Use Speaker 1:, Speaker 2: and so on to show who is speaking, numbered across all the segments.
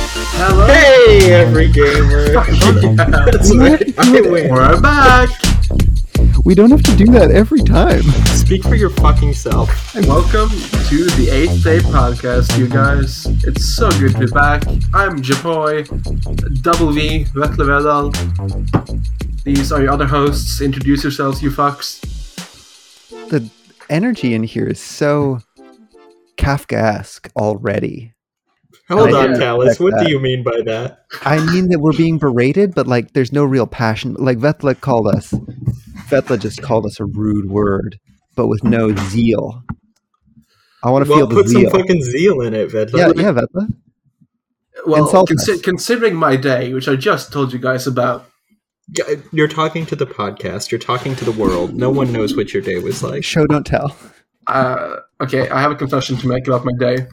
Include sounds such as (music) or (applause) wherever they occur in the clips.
Speaker 1: Hey, every gamer. That's right. I win. (laughs) We're back.
Speaker 2: We don't have to do that every time.
Speaker 1: Speak for your fucking self. Welcome to the Eighth Day Podcast, you guys. It's so good to be back. I'm Japoy, Double V, Vetlevedal. These are your other hosts. Introduce yourselves, you fucks.
Speaker 2: The energy in here is so Kafkaesque already.
Speaker 3: Hold
Speaker 2: I
Speaker 3: on,
Speaker 2: didn't
Speaker 3: Talis.
Speaker 2: expect
Speaker 3: What
Speaker 2: that.
Speaker 3: do you mean by that?
Speaker 2: I mean that we're being berated, but like there's no real passion. Like Vetla called us. Vetla just called us a rude word, but with no zeal. I want to
Speaker 3: Well,
Speaker 2: feel the
Speaker 3: put some
Speaker 2: zeal.
Speaker 3: fucking zeal in it, Vettel.
Speaker 2: yeah, yeah, Vetla.
Speaker 1: Well,
Speaker 2: Insult
Speaker 1: consi-
Speaker 2: us.
Speaker 1: considering my day, which I just told you guys about,
Speaker 3: Yeah, You're talking to the podcast. You're talking to the world. No one knows what your day was like.
Speaker 2: Show don't tell.
Speaker 1: uh, okay, I have a confession to make about my day.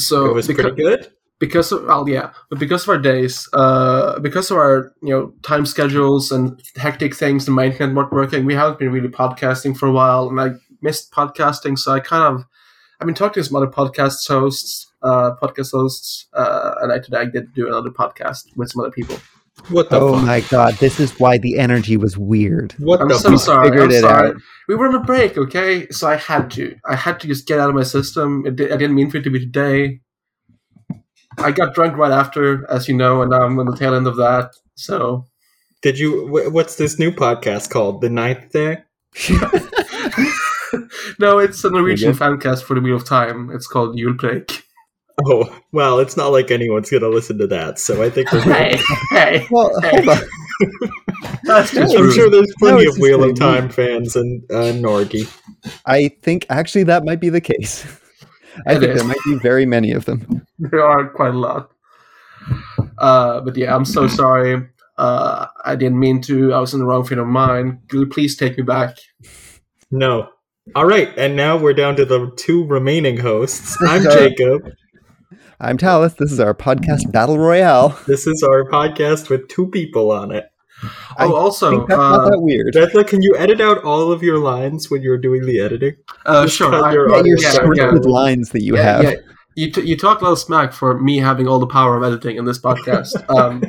Speaker 1: So
Speaker 3: It was
Speaker 1: because-
Speaker 3: pretty good.
Speaker 1: because of well, yeah, but because of our days, uh, because of our you know time schedules and hectic things and my internet not working, we haven't been really podcasting for a while, and I missed podcasting, so I kind of I've been talking to some other podcast hosts, uh, podcast hosts, uh, and I today I did do another podcast with some other people.
Speaker 3: What the
Speaker 2: Oh
Speaker 3: fuck?
Speaker 2: my god, this is why the energy was weird. (laughs)
Speaker 3: What
Speaker 1: I'm
Speaker 3: the
Speaker 1: so
Speaker 3: fuck?
Speaker 1: sorry.
Speaker 2: Figured
Speaker 1: I'm
Speaker 2: it
Speaker 1: sorry.
Speaker 2: out.
Speaker 1: We were on a break, okay? So I had to. I had to just get out of my system. It di- I didn't mean for it to be today. I got drunk right after, as you know, and now I'm on the tail end of that. So
Speaker 3: Did you? wh- What's this new podcast called? The Ninth Day.
Speaker 1: no, it's a Norwegian
Speaker 2: Pretty
Speaker 1: fancast for the Wheel of Time. It's called Yulpreik.
Speaker 3: Oh well, it's not like anyone's gonna listen to that. So I
Speaker 2: (laughs)
Speaker 3: think we're. good.
Speaker 1: Hey, (laughs) hey,
Speaker 2: Well, hold on.
Speaker 1: that's just
Speaker 3: I'm
Speaker 1: rude.
Speaker 3: sure there's
Speaker 2: No,
Speaker 3: plenty
Speaker 2: it's
Speaker 3: of Wheel of
Speaker 2: just gonna be-
Speaker 3: Time fans and uh, Norgi.
Speaker 2: I think actually that might be the case. I
Speaker 1: It
Speaker 2: think
Speaker 1: is.
Speaker 2: there might be very many of them.
Speaker 1: (laughs) there are quite a lot. Uh, but yeah, I'm so sorry. Uh, I didn't mean to. I was in the wrong frame of mind. Could you Please take me back.
Speaker 3: No. All right, and now we're down to the two remaining hosts.
Speaker 2: (laughs)
Speaker 3: I'm
Speaker 2: Sorry.
Speaker 3: Jacob.
Speaker 2: I'm Talis. This is our podcast battle royale.
Speaker 3: This is our podcast with two people on it.
Speaker 2: I
Speaker 1: Oh,
Speaker 2: I
Speaker 1: also,
Speaker 2: think that's not
Speaker 1: uh,
Speaker 2: that weird.
Speaker 3: Vetla, can you edit out all of your lines when you're doing the editing?
Speaker 1: uh,
Speaker 3: just
Speaker 1: sure.
Speaker 3: cut
Speaker 1: I-
Speaker 3: your
Speaker 2: Yeah, your
Speaker 1: yeah,
Speaker 2: scripted
Speaker 1: yeah.
Speaker 2: lines that you have.
Speaker 1: You, t- you talk a lot of smack for me having all the power of editing in this
Speaker 2: (laughs)
Speaker 1: podcast. Um,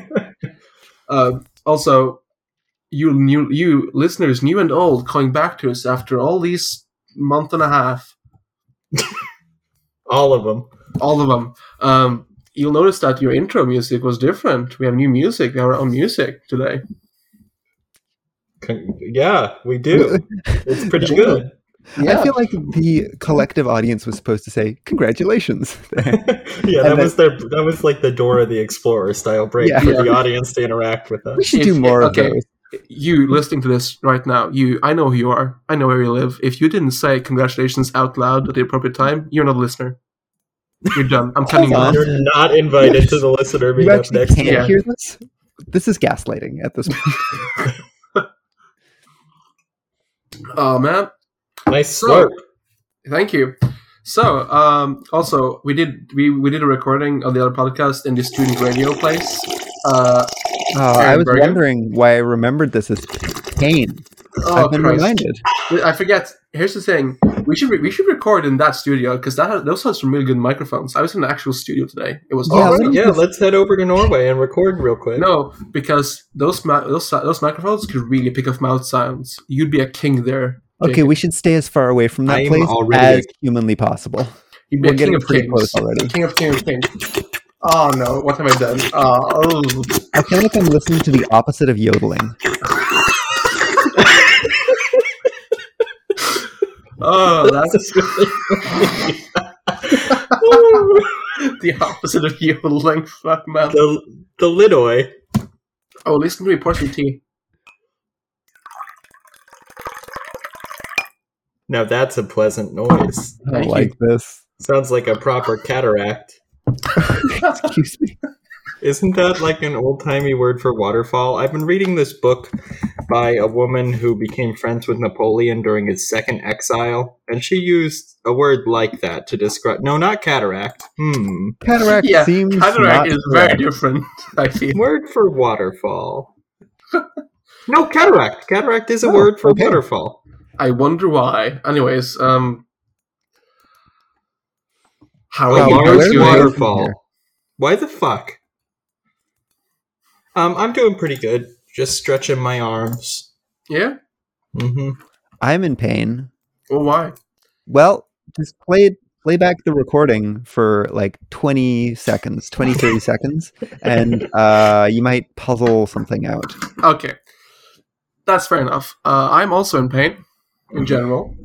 Speaker 1: uh, also, you new you listeners, new and old, coming back to us after all these month and a half,
Speaker 3: All of them.
Speaker 1: all of them. Um, you'll notice that your intro music was different. We have new music. We have our own music today.
Speaker 3: Con- Yeah, we do. It's pretty good. (laughs)
Speaker 2: I feel like the collective audience was supposed to say congratulations. (laughs)
Speaker 3: yeah,
Speaker 2: then-
Speaker 3: that was their that was like the Dora the Explorer style break
Speaker 2: Yeah.
Speaker 3: for the audience to interact with
Speaker 2: we
Speaker 3: us.
Speaker 2: should
Speaker 1: If-
Speaker 2: do more of
Speaker 1: okay.
Speaker 2: those.
Speaker 1: You listening to this right now, you I know who you are. I know where you live. If you didn't say congratulations out loud at the appropriate time, you're not a listener. You're done.
Speaker 2: (laughs)
Speaker 1: I'm cutting you
Speaker 2: on.
Speaker 1: off.
Speaker 3: You're not invited to the listener
Speaker 2: You
Speaker 3: meetup
Speaker 2: actually
Speaker 3: next
Speaker 2: can't
Speaker 3: year.
Speaker 1: year.
Speaker 2: hear this. This is gaslighting at this
Speaker 1: (laughs)
Speaker 2: point.
Speaker 1: Oh man.
Speaker 3: Nice
Speaker 1: So-
Speaker 3: slurp.
Speaker 1: Thank you. So, um, also we did we, we did a recording of the other podcast in the student radio place. Uh,
Speaker 2: Oh, I
Speaker 1: Aaron
Speaker 2: was
Speaker 1: Bergen?
Speaker 2: wondering why I remembered this as pain.
Speaker 1: oh
Speaker 2: I've been
Speaker 1: Christ.
Speaker 2: reminded.
Speaker 1: I forget. Here's the thing: we should re- we should record in that studio because that has, those had some really good microphones. I was in an actual studio today. It was
Speaker 2: Yeah,
Speaker 1: awesome.
Speaker 2: let me-
Speaker 3: yeah, let's head over to Norway and record real quick.
Speaker 1: No, because those ma- those si- those microphones could really pick off mouth sounds. You'd be a king there.
Speaker 2: Okay,
Speaker 1: Jacob.
Speaker 2: we should stay as far away from
Speaker 3: I
Speaker 2: that
Speaker 3: am
Speaker 2: place
Speaker 3: already-
Speaker 2: as humanly possible.
Speaker 1: you'd be a
Speaker 2: We're
Speaker 1: king
Speaker 2: getting
Speaker 1: of
Speaker 2: pretty
Speaker 1: kings.
Speaker 2: close already.
Speaker 1: King of king of kings. Oh no! What have I done? Oh, oh.
Speaker 2: I feel like I'm listening to the opposite of yodeling.
Speaker 1: oh
Speaker 2: (laughs)
Speaker 1: that's
Speaker 3: This is really funny.
Speaker 1: the opposite of yodeling. Fuck mouth.
Speaker 3: (laughs) the the Lidoy.
Speaker 1: Oh, listen to me pour some tea.
Speaker 3: Now that's a pleasant noise.
Speaker 2: I don't
Speaker 1: Thank you.
Speaker 2: like this.
Speaker 3: Sounds like a proper cataract.
Speaker 2: Excuse me.
Speaker 3: Isn't that like an old timey word for waterfall? I've been reading this book by a woman who became friends with Napoleon during his second exile, and she used a word like that to describe. No, not cataract. Hmm.
Speaker 2: Cataract
Speaker 1: Yeah,
Speaker 2: seems not
Speaker 1: Cataract is very
Speaker 2: correct.
Speaker 1: different. I feel.
Speaker 3: Word for
Speaker 2: (laughs)
Speaker 3: waterfall. No, cataract. Cataract is a
Speaker 2: Oh,
Speaker 3: word for
Speaker 2: okay.
Speaker 3: waterfall.
Speaker 1: I wonder why. Anyways, um, how
Speaker 2: Wow,
Speaker 1: are
Speaker 3: A
Speaker 1: you
Speaker 2: I
Speaker 1: guys
Speaker 3: large
Speaker 2: learned
Speaker 1: doing?
Speaker 2: water-
Speaker 3: waterfall.
Speaker 2: here.
Speaker 3: Why the fuck? Um, I'm doing pretty good. Just stretching my arms.
Speaker 1: Yeah.
Speaker 3: hmm
Speaker 2: I'm in pain.
Speaker 1: Well, why?
Speaker 2: Well, just play play back the recording for like 20 seconds,
Speaker 3: (laughs)
Speaker 2: 20 30 seconds and uh you might puzzle something out.
Speaker 1: Okay, that's fair enough. Uh, I'm also in pain, in general.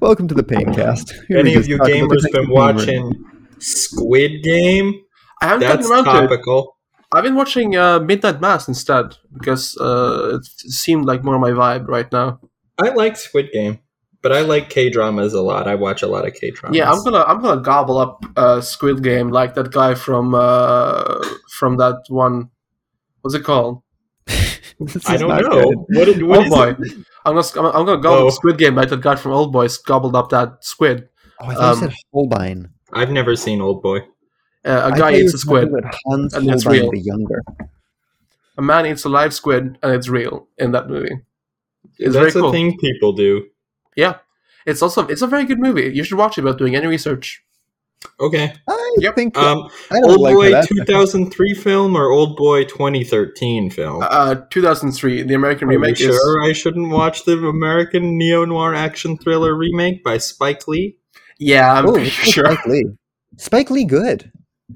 Speaker 2: Welcome to the Paincast. (laughs) Here we
Speaker 3: Any of
Speaker 2: just
Speaker 3: you
Speaker 2: talk about the
Speaker 3: gamers
Speaker 2: things
Speaker 3: been
Speaker 2: we learn.
Speaker 3: watching Squid Game?
Speaker 1: I haven't
Speaker 3: That's
Speaker 1: gotten around to it.
Speaker 3: topical.
Speaker 1: I've been watching uh, Midnight Mass instead because uh, it seemed like more my vibe right now.
Speaker 3: I like Squid Game, but I like K dramas a lot. I watch a lot of K dramas.
Speaker 1: Yeah, I'm gonna I'm gonna gobble up uh, Squid Game like that guy from uh, from that one. What's it called?
Speaker 2: (laughs) This
Speaker 3: I
Speaker 2: is
Speaker 3: don't
Speaker 2: not
Speaker 3: know.
Speaker 2: good.
Speaker 3: What did (laughs) what
Speaker 1: Old
Speaker 3: is
Speaker 1: boy.
Speaker 3: it?
Speaker 1: I'm gonna I'm, I'm gonna gobble
Speaker 3: Oh.
Speaker 1: up Squid Game like that guy from Old Boys gobbled up that squid.
Speaker 2: Oh, I thought
Speaker 1: Um,
Speaker 2: you said Holbein.
Speaker 3: I've never seen Old Boy.
Speaker 1: Uh, a
Speaker 2: I
Speaker 1: guy
Speaker 2: thought you
Speaker 1: eats a
Speaker 2: were
Speaker 1: squid.
Speaker 2: talking about Hans
Speaker 1: and that's
Speaker 2: Holbein
Speaker 1: real.
Speaker 2: the younger.
Speaker 1: A man eats a live squid, and it's real in that movie. It's very
Speaker 3: That's
Speaker 1: cool.
Speaker 3: a thing people do.
Speaker 1: Yeah, it's also it's a very good movie. You should watch it without doing any research.
Speaker 3: Okay.
Speaker 2: I
Speaker 1: Yep,
Speaker 2: think
Speaker 3: Um,
Speaker 2: I don't
Speaker 3: Old
Speaker 2: like
Speaker 3: Boy
Speaker 2: that.
Speaker 3: 2003 film or Old Boy 2013 film?
Speaker 1: Uh, 2003, the American
Speaker 3: Are you
Speaker 1: remake is
Speaker 3: sure I shouldn't watch the American neo noir action thriller remake by Spike Lee?
Speaker 1: Yeah, I'm
Speaker 2: Oh,
Speaker 1: pretty (laughs)
Speaker 2: it's
Speaker 1: sure.
Speaker 2: Spike Lee. Spike Lee, good.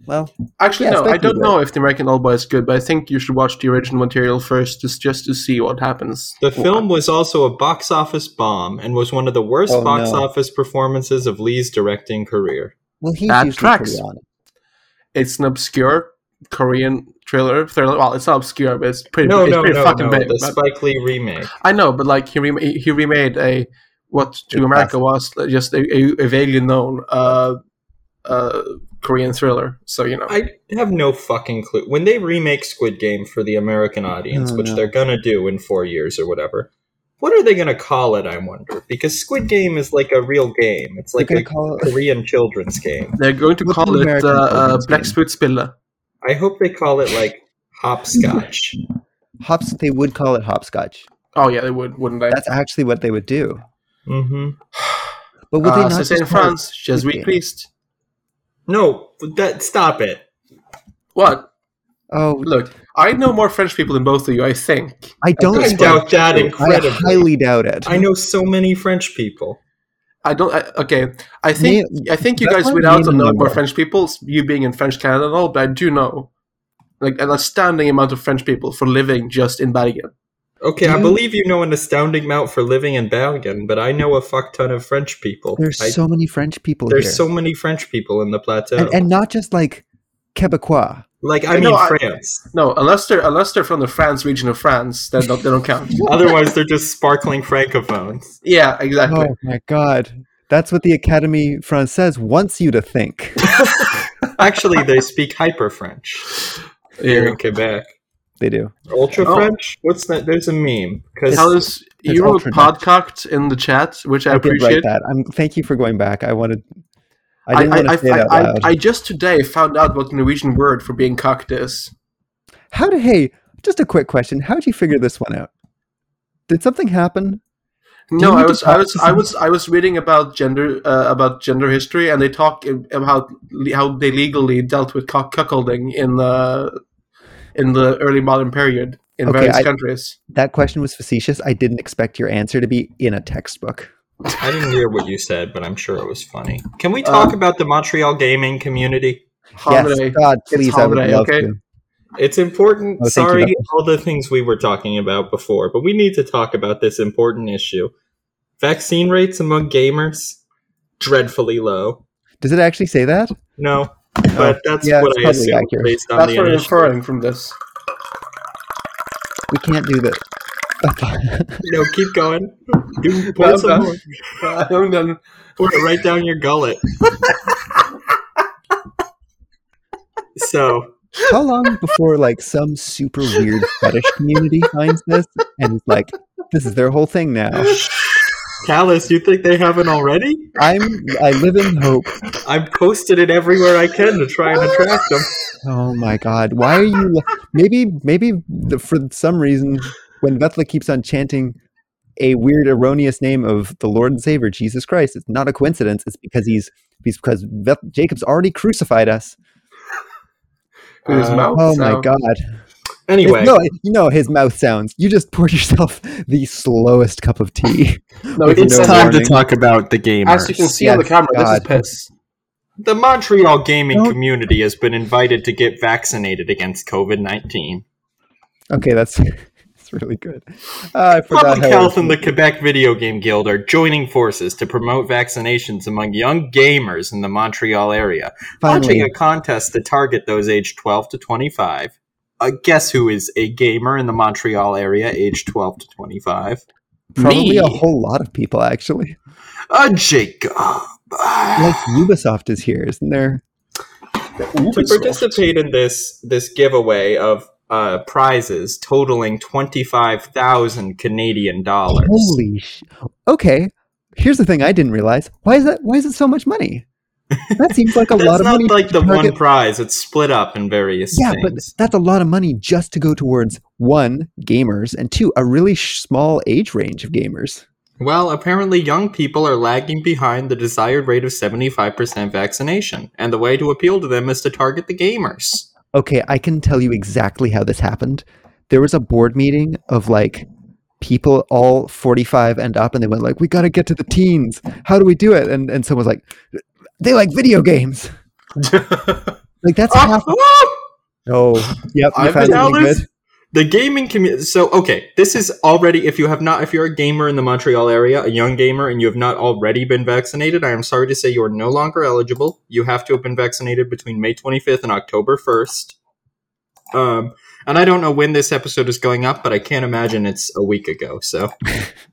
Speaker 2: Well,
Speaker 1: Actually,
Speaker 2: Yeah,
Speaker 1: no, I
Speaker 2: Spike
Speaker 1: don't
Speaker 2: Lee
Speaker 1: know if the American Old Boy is good, but I think you should watch the original material first, just just to see what happens.
Speaker 3: The film was also a box office bomb and was one of the worst
Speaker 2: Oh,
Speaker 3: box
Speaker 2: no.
Speaker 3: office performances of Lee's directing career.
Speaker 2: well, he's
Speaker 1: That
Speaker 2: usually
Speaker 1: tracks.
Speaker 2: pretty on it.
Speaker 1: It's an obscure Korean thriller. Thriller. Well, it's not obscure, but it's pretty.
Speaker 3: No,
Speaker 1: it's
Speaker 3: no,
Speaker 1: pretty
Speaker 3: no,
Speaker 1: fucking
Speaker 3: no.
Speaker 1: big.
Speaker 3: The
Speaker 1: but-
Speaker 3: Spike Lee remake.
Speaker 1: I know, but like he rem- he remade a what to
Speaker 2: It's
Speaker 1: America was like, just a, a, a vaguely known uh, uh, Korean thriller. So you know,
Speaker 3: I have no fucking clue. When they remake Squid Game for the American audience,
Speaker 2: Oh,
Speaker 3: which
Speaker 2: no.
Speaker 3: they're gonna do in four years or whatever, what are they gonna call it? I wonder. Because Squid Game is like a real game. It's like
Speaker 2: They're
Speaker 3: a
Speaker 2: gonna call it-
Speaker 3: Korean children's game.
Speaker 1: they're going to
Speaker 2: What's
Speaker 1: call
Speaker 2: an
Speaker 1: it uh,
Speaker 2: American
Speaker 1: uh,
Speaker 2: Korean
Speaker 1: Black
Speaker 2: thing?
Speaker 1: Spoot Spiller.
Speaker 3: I hope they call it like
Speaker 2: (laughs)
Speaker 3: hopscotch.
Speaker 2: hops. They would call it hopscotch.
Speaker 1: Oh yeah, they would, wouldn't they?
Speaker 2: That's actually what they would do. Mm-hmm.
Speaker 3: hmm
Speaker 2: But would they
Speaker 1: Uh,
Speaker 2: not?
Speaker 1: so say in
Speaker 2: just call it-
Speaker 1: France, just
Speaker 2: Squid Game?
Speaker 1: increased.
Speaker 3: No, that stop it.
Speaker 1: What?
Speaker 2: Oh,
Speaker 1: Look, I know more French people than both of you. I think.
Speaker 2: I don't.
Speaker 3: I
Speaker 1: That's
Speaker 3: doubt that
Speaker 2: Oh, I
Speaker 3: incredibly. I,
Speaker 2: highly doubt it.
Speaker 3: know so many French people.
Speaker 1: I don't. I, okay, I think I think you guys
Speaker 2: that's why
Speaker 1: without
Speaker 2: name
Speaker 1: know
Speaker 2: and
Speaker 1: more
Speaker 2: number.
Speaker 1: French people. You being in French Canada and all, but I do know like an astounding amount of French people for living just in Bergen.
Speaker 3: Okay, I
Speaker 2: You-
Speaker 3: believe you know an astounding amount for living in Bergen, but I know a fuck ton of French people.
Speaker 2: There's
Speaker 3: I-
Speaker 2: so many French people
Speaker 3: there's
Speaker 2: here,
Speaker 3: so many French people in the plateau.
Speaker 2: and, and not just like Quebecois.
Speaker 3: like
Speaker 1: I
Speaker 3: I mean
Speaker 1: know, I-
Speaker 3: France.
Speaker 1: No, unless they're unless they're from the France region of France, then don't, they don't
Speaker 2: (laughs)
Speaker 1: count.
Speaker 3: Otherwise, they're just sparkling francophones.
Speaker 1: Yeah, exactly.
Speaker 2: Oh my god, that's what the Académie Française wants you
Speaker 1: (laughs)
Speaker 2: to think.
Speaker 3: Actually, they speak hyper French here
Speaker 1: Yeah.
Speaker 3: in Quebec.
Speaker 2: They do.
Speaker 3: Ultra
Speaker 1: Oh.
Speaker 3: French? What's that? There's a meme
Speaker 1: Tell
Speaker 3: because
Speaker 1: us
Speaker 2: it's
Speaker 1: you wrote
Speaker 2: alternate.
Speaker 1: podcocked in the chat, which I,
Speaker 2: I did write
Speaker 1: appreciate.
Speaker 2: that. I'm. Thank you for going back. I wanted. I
Speaker 1: I,
Speaker 2: didn't
Speaker 1: I,
Speaker 2: want to say
Speaker 1: I,
Speaker 2: it out
Speaker 1: I,
Speaker 2: loud.
Speaker 1: I just today found out what the Norwegian word for being cocked is.
Speaker 2: How did? Hey, just a quick question. How did you figure this one out? Did something happen?
Speaker 1: No,
Speaker 2: you need
Speaker 1: I
Speaker 2: to
Speaker 1: was, I
Speaker 2: talk
Speaker 1: was,
Speaker 2: to
Speaker 1: I was, I was reading about gender, uh, about gender history, and they talk about le- how they legally dealt with cock- cuckolding in the in the early modern period in
Speaker 2: Okay,
Speaker 1: various
Speaker 2: I-
Speaker 1: countries.
Speaker 2: That question was facetious. I didn't expect your answer to be in a textbook.
Speaker 3: I didn't hear what you said, but I'm sure it was funny. Can
Speaker 2: Uh,
Speaker 3: we talk about the Montreal gaming community?
Speaker 1: Holiday.
Speaker 2: Yes, God, please, I would
Speaker 1: holiday,
Speaker 2: love
Speaker 1: okay?
Speaker 2: to.
Speaker 3: It's important.
Speaker 2: Oh, thank you,
Speaker 3: Sorry,
Speaker 2: Doctor.
Speaker 3: all the things we were talking about before, but we need to talk about this important issue. Vaccine rates among gamers dreadfully low.
Speaker 2: Does it actually say that?
Speaker 3: No, but that's
Speaker 2: Oh, yeah,
Speaker 3: what
Speaker 2: it's
Speaker 3: I
Speaker 2: probably
Speaker 3: assume
Speaker 2: accurate.
Speaker 3: based on
Speaker 1: That's
Speaker 3: the
Speaker 1: what I'm
Speaker 3: initial-
Speaker 1: inferring from this.
Speaker 2: We can't do this.
Speaker 3: No, keep going.
Speaker 2: (laughs)
Speaker 3: Do
Speaker 1: No,
Speaker 3: pour
Speaker 1: I'm
Speaker 3: some
Speaker 1: done.
Speaker 3: more.
Speaker 1: I'm done.
Speaker 3: Pour it
Speaker 2: (laughs)
Speaker 3: right down your gullet. so
Speaker 2: How long before like some super weird fetish community finds this and is like, this is their whole thing now?
Speaker 3: Callus, you think they haven't already?
Speaker 2: I'm I live in hope.
Speaker 3: I've posted it everywhere I can to try and attract them.
Speaker 2: Oh my god, why are you? Maybe maybe the, for some reason when Vetla keeps on chanting a weird erroneous name of the Lord and Savior Jesus Christ, it's not a coincidence. It's because he's he's because Veth- Jacob's already crucified us.
Speaker 1: With his
Speaker 3: Uh,
Speaker 1: mouth.
Speaker 2: Oh my
Speaker 1: so-
Speaker 2: god.
Speaker 3: Anyway,
Speaker 2: No, you know his mouth sounds. You just poured (laughs) yourself the slowest cup of tea.
Speaker 1: No,
Speaker 2: With
Speaker 1: it's
Speaker 2: no
Speaker 1: time.
Speaker 2: warning.
Speaker 4: talk about the gamers.
Speaker 1: As you can see on the
Speaker 2: Yes,
Speaker 1: camera,
Speaker 2: God.
Speaker 1: this is piss.
Speaker 3: the Montreal gaming
Speaker 2: Don't-
Speaker 3: community has been invited to get vaccinated against COVID 19.
Speaker 2: Okay, that's that's really good. Uh, I forgot
Speaker 3: Public
Speaker 2: how
Speaker 3: Health and the Quebec Video Game Guild are joining forces to promote vaccinations among young gamers in the Montreal area, launching
Speaker 2: finally
Speaker 3: a contest to target those aged 12 to 25. Uh, guess who is a gamer in the Montreal area aged 12 to 25?
Speaker 2: probably a
Speaker 3: me.
Speaker 2: whole lot of people actually.
Speaker 3: Uh, Jacob.
Speaker 2: Like Ubisoft is here, isn't there?
Speaker 3: to participate in this this giveaway of uh, prizes totaling twenty five thousand Canadian dollars.
Speaker 2: Holy sh! Okay, here's the thing I didn't realize. Why is that? Why is it so much money? That seems like a
Speaker 3: (laughs) That's
Speaker 2: lot of
Speaker 3: not
Speaker 2: money.
Speaker 3: like
Speaker 2: to
Speaker 3: the one
Speaker 2: target-
Speaker 3: prize; it's split up in various
Speaker 2: Yeah, but
Speaker 3: things.
Speaker 2: that's a lot of money just to go towards one gamers and two a really sh- small age range of gamers.
Speaker 3: Well, apparently, young people are lagging behind the desired rate of seventy five percent vaccination, and the way to appeal to them is to target the
Speaker 2: (laughs)
Speaker 3: gamers.
Speaker 2: okay, I can tell you exactly how this happened. There was a board meeting of like people all 45 and up, and they went like, "We got to get to the teens. How do we do it?" And and someone was like, "They like video games." Like that's
Speaker 3: (laughs)
Speaker 2: half. Oh, yep. You
Speaker 3: I've
Speaker 2: found
Speaker 3: been
Speaker 2: something
Speaker 3: dollars.
Speaker 2: good.
Speaker 3: The gaming community. So, okay, this is already. If you have not, if you're a gamer in the Montreal area, a young gamer, and you have not already been vaccinated, I am sorry to say you are no longer eligible. You have to have been vaccinated between May 25th and October 1st. Um, and I don't know when this episode is going up, but I can't imagine it's a week ago.
Speaker 2: (laughs)
Speaker 3: So,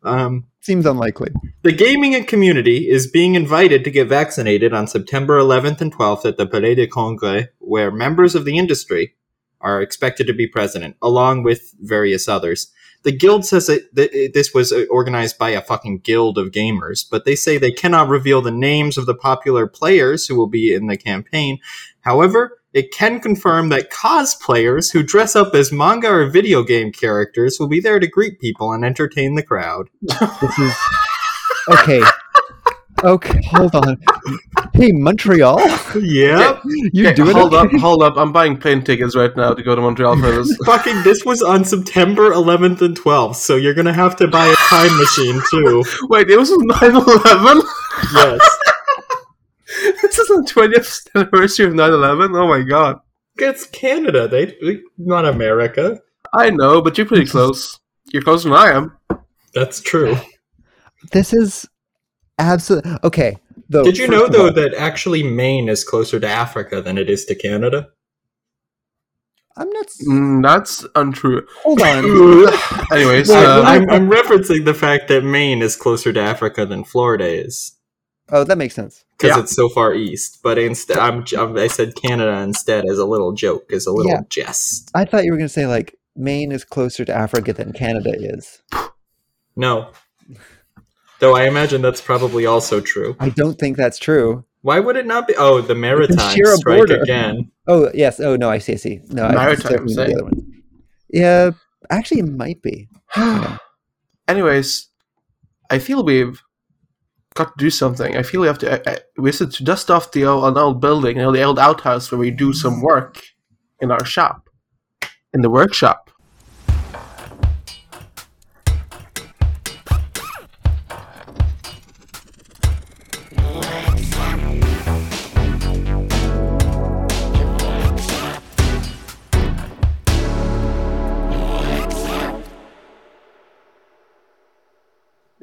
Speaker 3: um,
Speaker 2: Seems unlikely.
Speaker 3: the gaming community is being invited to get vaccinated on September 11th and 12th at the Palais de Congrès, where members of the industry are expected to be present, along with various others. The guild says that that it- this was uh, organized by a fucking guild of gamers, but they say they cannot reveal the names of the popular players who will be in the campaign. However, it can confirm that cosplayers who dress up as manga or video game characters will be there to greet people and entertain the crowd.
Speaker 2: This is
Speaker 3: (laughs)
Speaker 2: okay. Okay, hold on. Hey, Montreal,
Speaker 3: Yeah.
Speaker 2: you
Speaker 1: Okay,
Speaker 2: doing
Speaker 1: hold
Speaker 2: it?
Speaker 1: up, hold up. I'm buying plane tickets right now to go to Montreal for this.
Speaker 3: Fucking, this was on September 11th and 12th, so you're gonna have to buy a time machine too.
Speaker 1: Wait, it was (laughs) 9 11?
Speaker 3: Yes.
Speaker 1: This is the 20th anniversary of 9 11? Oh my god.
Speaker 3: It's Canada, they not America.
Speaker 1: I know, but you're pretty close. You're closer than I am.
Speaker 3: That's true.
Speaker 2: This is absolutely okay. Though,
Speaker 3: Did you
Speaker 2: Oh, first
Speaker 3: know
Speaker 2: of
Speaker 3: though
Speaker 2: all-
Speaker 3: that actually Maine is closer to Africa than it is to Canada?
Speaker 2: I'm not. s-
Speaker 1: Mm, that's untrue. (sighs)
Speaker 2: Hold on.
Speaker 1: Anyways,
Speaker 2: Wait,
Speaker 1: uh,
Speaker 2: what
Speaker 3: I'm, I'm referencing the fact that Maine is closer to Africa than Florida is
Speaker 2: Oh, that makes sense.
Speaker 3: because
Speaker 1: Yeah.
Speaker 3: it's so far east. But instead, I'm, I'm I said Canada instead as a little joke, as a little
Speaker 2: Yeah.
Speaker 3: jest.
Speaker 2: I thought you were going to say like Maine is closer to Africa than Canada is.
Speaker 3: No. Though I imagine that's probably also true.
Speaker 2: I don't think that's true.
Speaker 3: Why would it not be? Oh, the maritime
Speaker 2: share a
Speaker 3: strike
Speaker 2: border.
Speaker 3: again.
Speaker 2: Oh yes. Oh no. I see. I see. No, I was
Speaker 1: Maritime,
Speaker 2: thinking of
Speaker 1: say.
Speaker 2: the other one. Yeah, actually, it might be.
Speaker 1: (sighs) anyways, I feel we've got to do something. I feel we have to. I, I, we should dust off the old, an old building, you know, the old outhouse where we do
Speaker 2: Mm.
Speaker 1: some work in our shop, in the workshop.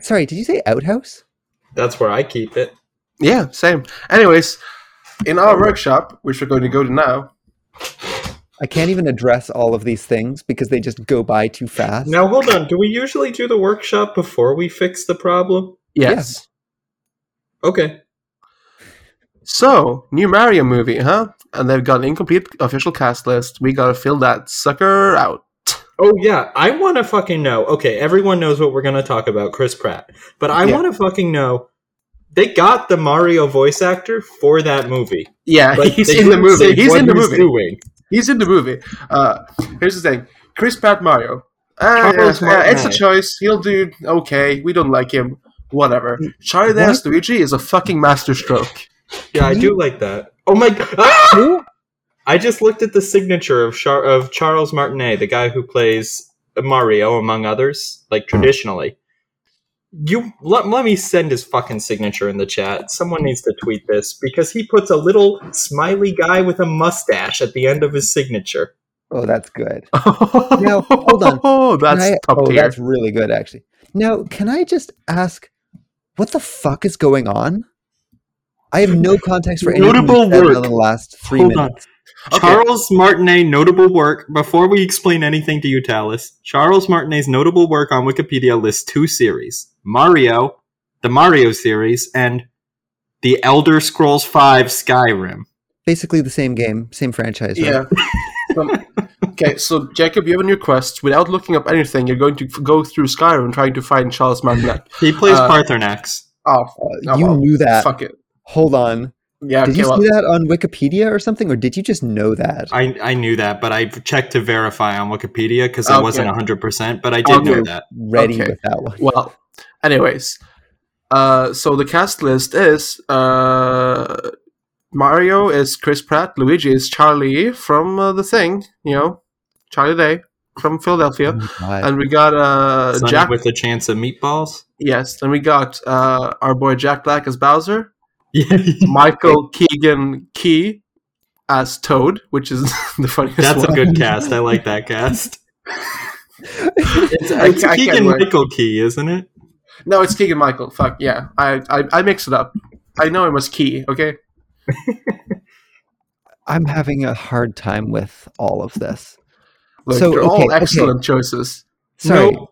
Speaker 2: Sorry, did you say outhouse?
Speaker 3: That's where I keep it.
Speaker 1: Yeah, same. Anyways, in our workshop, which we're going to go to now.
Speaker 2: I can't even address all of these things because they just go by too fast.
Speaker 3: Now hold on. Do we usually do the workshop before we fix the problem?
Speaker 1: Yes.
Speaker 3: Okay.
Speaker 1: So, new Mario movie, huh? And they've got an incomplete official cast list. We gotta fill that sucker out.
Speaker 3: Oh yeah, I want to fucking know. Okay, everyone knows what we're gonna talk about, Chris Pratt. But I
Speaker 1: Yeah.
Speaker 3: want to fucking know. They got the Mario voice actor for
Speaker 1: (laughs)
Speaker 3: that movie.
Speaker 1: Yeah,
Speaker 3: but
Speaker 1: he's
Speaker 3: they
Speaker 1: in the
Speaker 3: didn't say
Speaker 1: movie. He's
Speaker 3: what
Speaker 1: in the
Speaker 3: he was
Speaker 1: movie.
Speaker 3: doing.
Speaker 1: He's in the movie. Uh, here's the thing: Chris Pratt Mario. Uh,
Speaker 3: Charles
Speaker 1: yeah, yeah, it's a
Speaker 3: Martinet.
Speaker 1: choice. He'll do okay. We don't like him. Whatever. Charlie
Speaker 2: What?
Speaker 1: Dance Luigi is a fucking masterstroke. (laughs)
Speaker 3: Yeah, I do like that. Oh my god! I just looked at the signature of Char- of Charles Martinet, the guy who plays Mario among others, like traditionally. You let, let me send his fucking signature in the chat. Someone needs to tweet this because he puts a little smiley guy with a mustache at the end of his signature.
Speaker 2: Oh, that's good.
Speaker 1: now,
Speaker 2: hold on.
Speaker 1: Oh, (laughs) that's
Speaker 2: Can I-
Speaker 1: top
Speaker 2: oh,
Speaker 1: tier.
Speaker 2: That's really good, actually. Now, can I just ask, what the fuck is going on? I have no context for anything
Speaker 3: Notable
Speaker 2: we've said
Speaker 3: work.
Speaker 2: in the last three
Speaker 3: Hold on.
Speaker 2: minutes.
Speaker 1: Okay.
Speaker 3: Charles Martinet notable work. Before we explain anything to you, Talis, Charles Martinet's notable work on Wikipedia lists two series: Mario, the Mario series, and the Elder Scrolls V Skyrim.
Speaker 2: Basically, the same game, same franchise. right?
Speaker 1: Yeah. (laughs) Um, okay, so Jacob, you have a new quest. Without looking up anything, you're going to f- go through Skyrim trying to find Charles
Speaker 2: (laughs)
Speaker 1: Martinet.
Speaker 3: He plays
Speaker 1: Uh,
Speaker 3: Parthenax.
Speaker 1: Oh,
Speaker 2: Uh,
Speaker 1: Oh,
Speaker 2: you
Speaker 1: well,
Speaker 2: knew that.
Speaker 1: fuck it.
Speaker 2: Hold on.
Speaker 1: Yeah,
Speaker 2: Did
Speaker 1: okay,
Speaker 2: you
Speaker 1: well,
Speaker 2: see that on Wikipedia or something, or did you just know that?
Speaker 3: I, I knew that, but I checked to verify on Wikipedia because I
Speaker 1: Okay.
Speaker 3: wasn't 100%, but I did know
Speaker 1: Okay.
Speaker 3: that.
Speaker 2: Ready
Speaker 1: okay.
Speaker 2: with that one.
Speaker 1: well, anyways, uh, so the cast list is uh, Mario is Chris Pratt, Luigi is Charlie from uh, The Thing, you know, Charlie Day from Philadelphia,
Speaker 2: Oh, my God.
Speaker 1: and we got uh,
Speaker 3: Sunny
Speaker 1: Jack.
Speaker 3: with a chance of meatballs. (laughs)
Speaker 1: yes, and we got uh, our boy Jack Black as Bowser.
Speaker 3: Yeah.
Speaker 1: Michael Keegan Key as Toad, which is (laughs) the funniest
Speaker 3: That's a
Speaker 1: one.
Speaker 3: good cast. I like
Speaker 1: (laughs)
Speaker 3: that cast. It's,
Speaker 1: I-
Speaker 3: it's
Speaker 1: I can't
Speaker 3: Keegan
Speaker 1: wait.
Speaker 3: Michael Key, isn't it?
Speaker 1: no, it's Keegan Michael. Fuck yeah, I, I I mix it up. I know him as Key. Okay,
Speaker 2: I'm having a hard time with all of this.
Speaker 1: Look,
Speaker 2: So,
Speaker 1: they're
Speaker 2: okay,
Speaker 1: all
Speaker 2: okay.
Speaker 1: excellent choices,
Speaker 2: Sorry. No,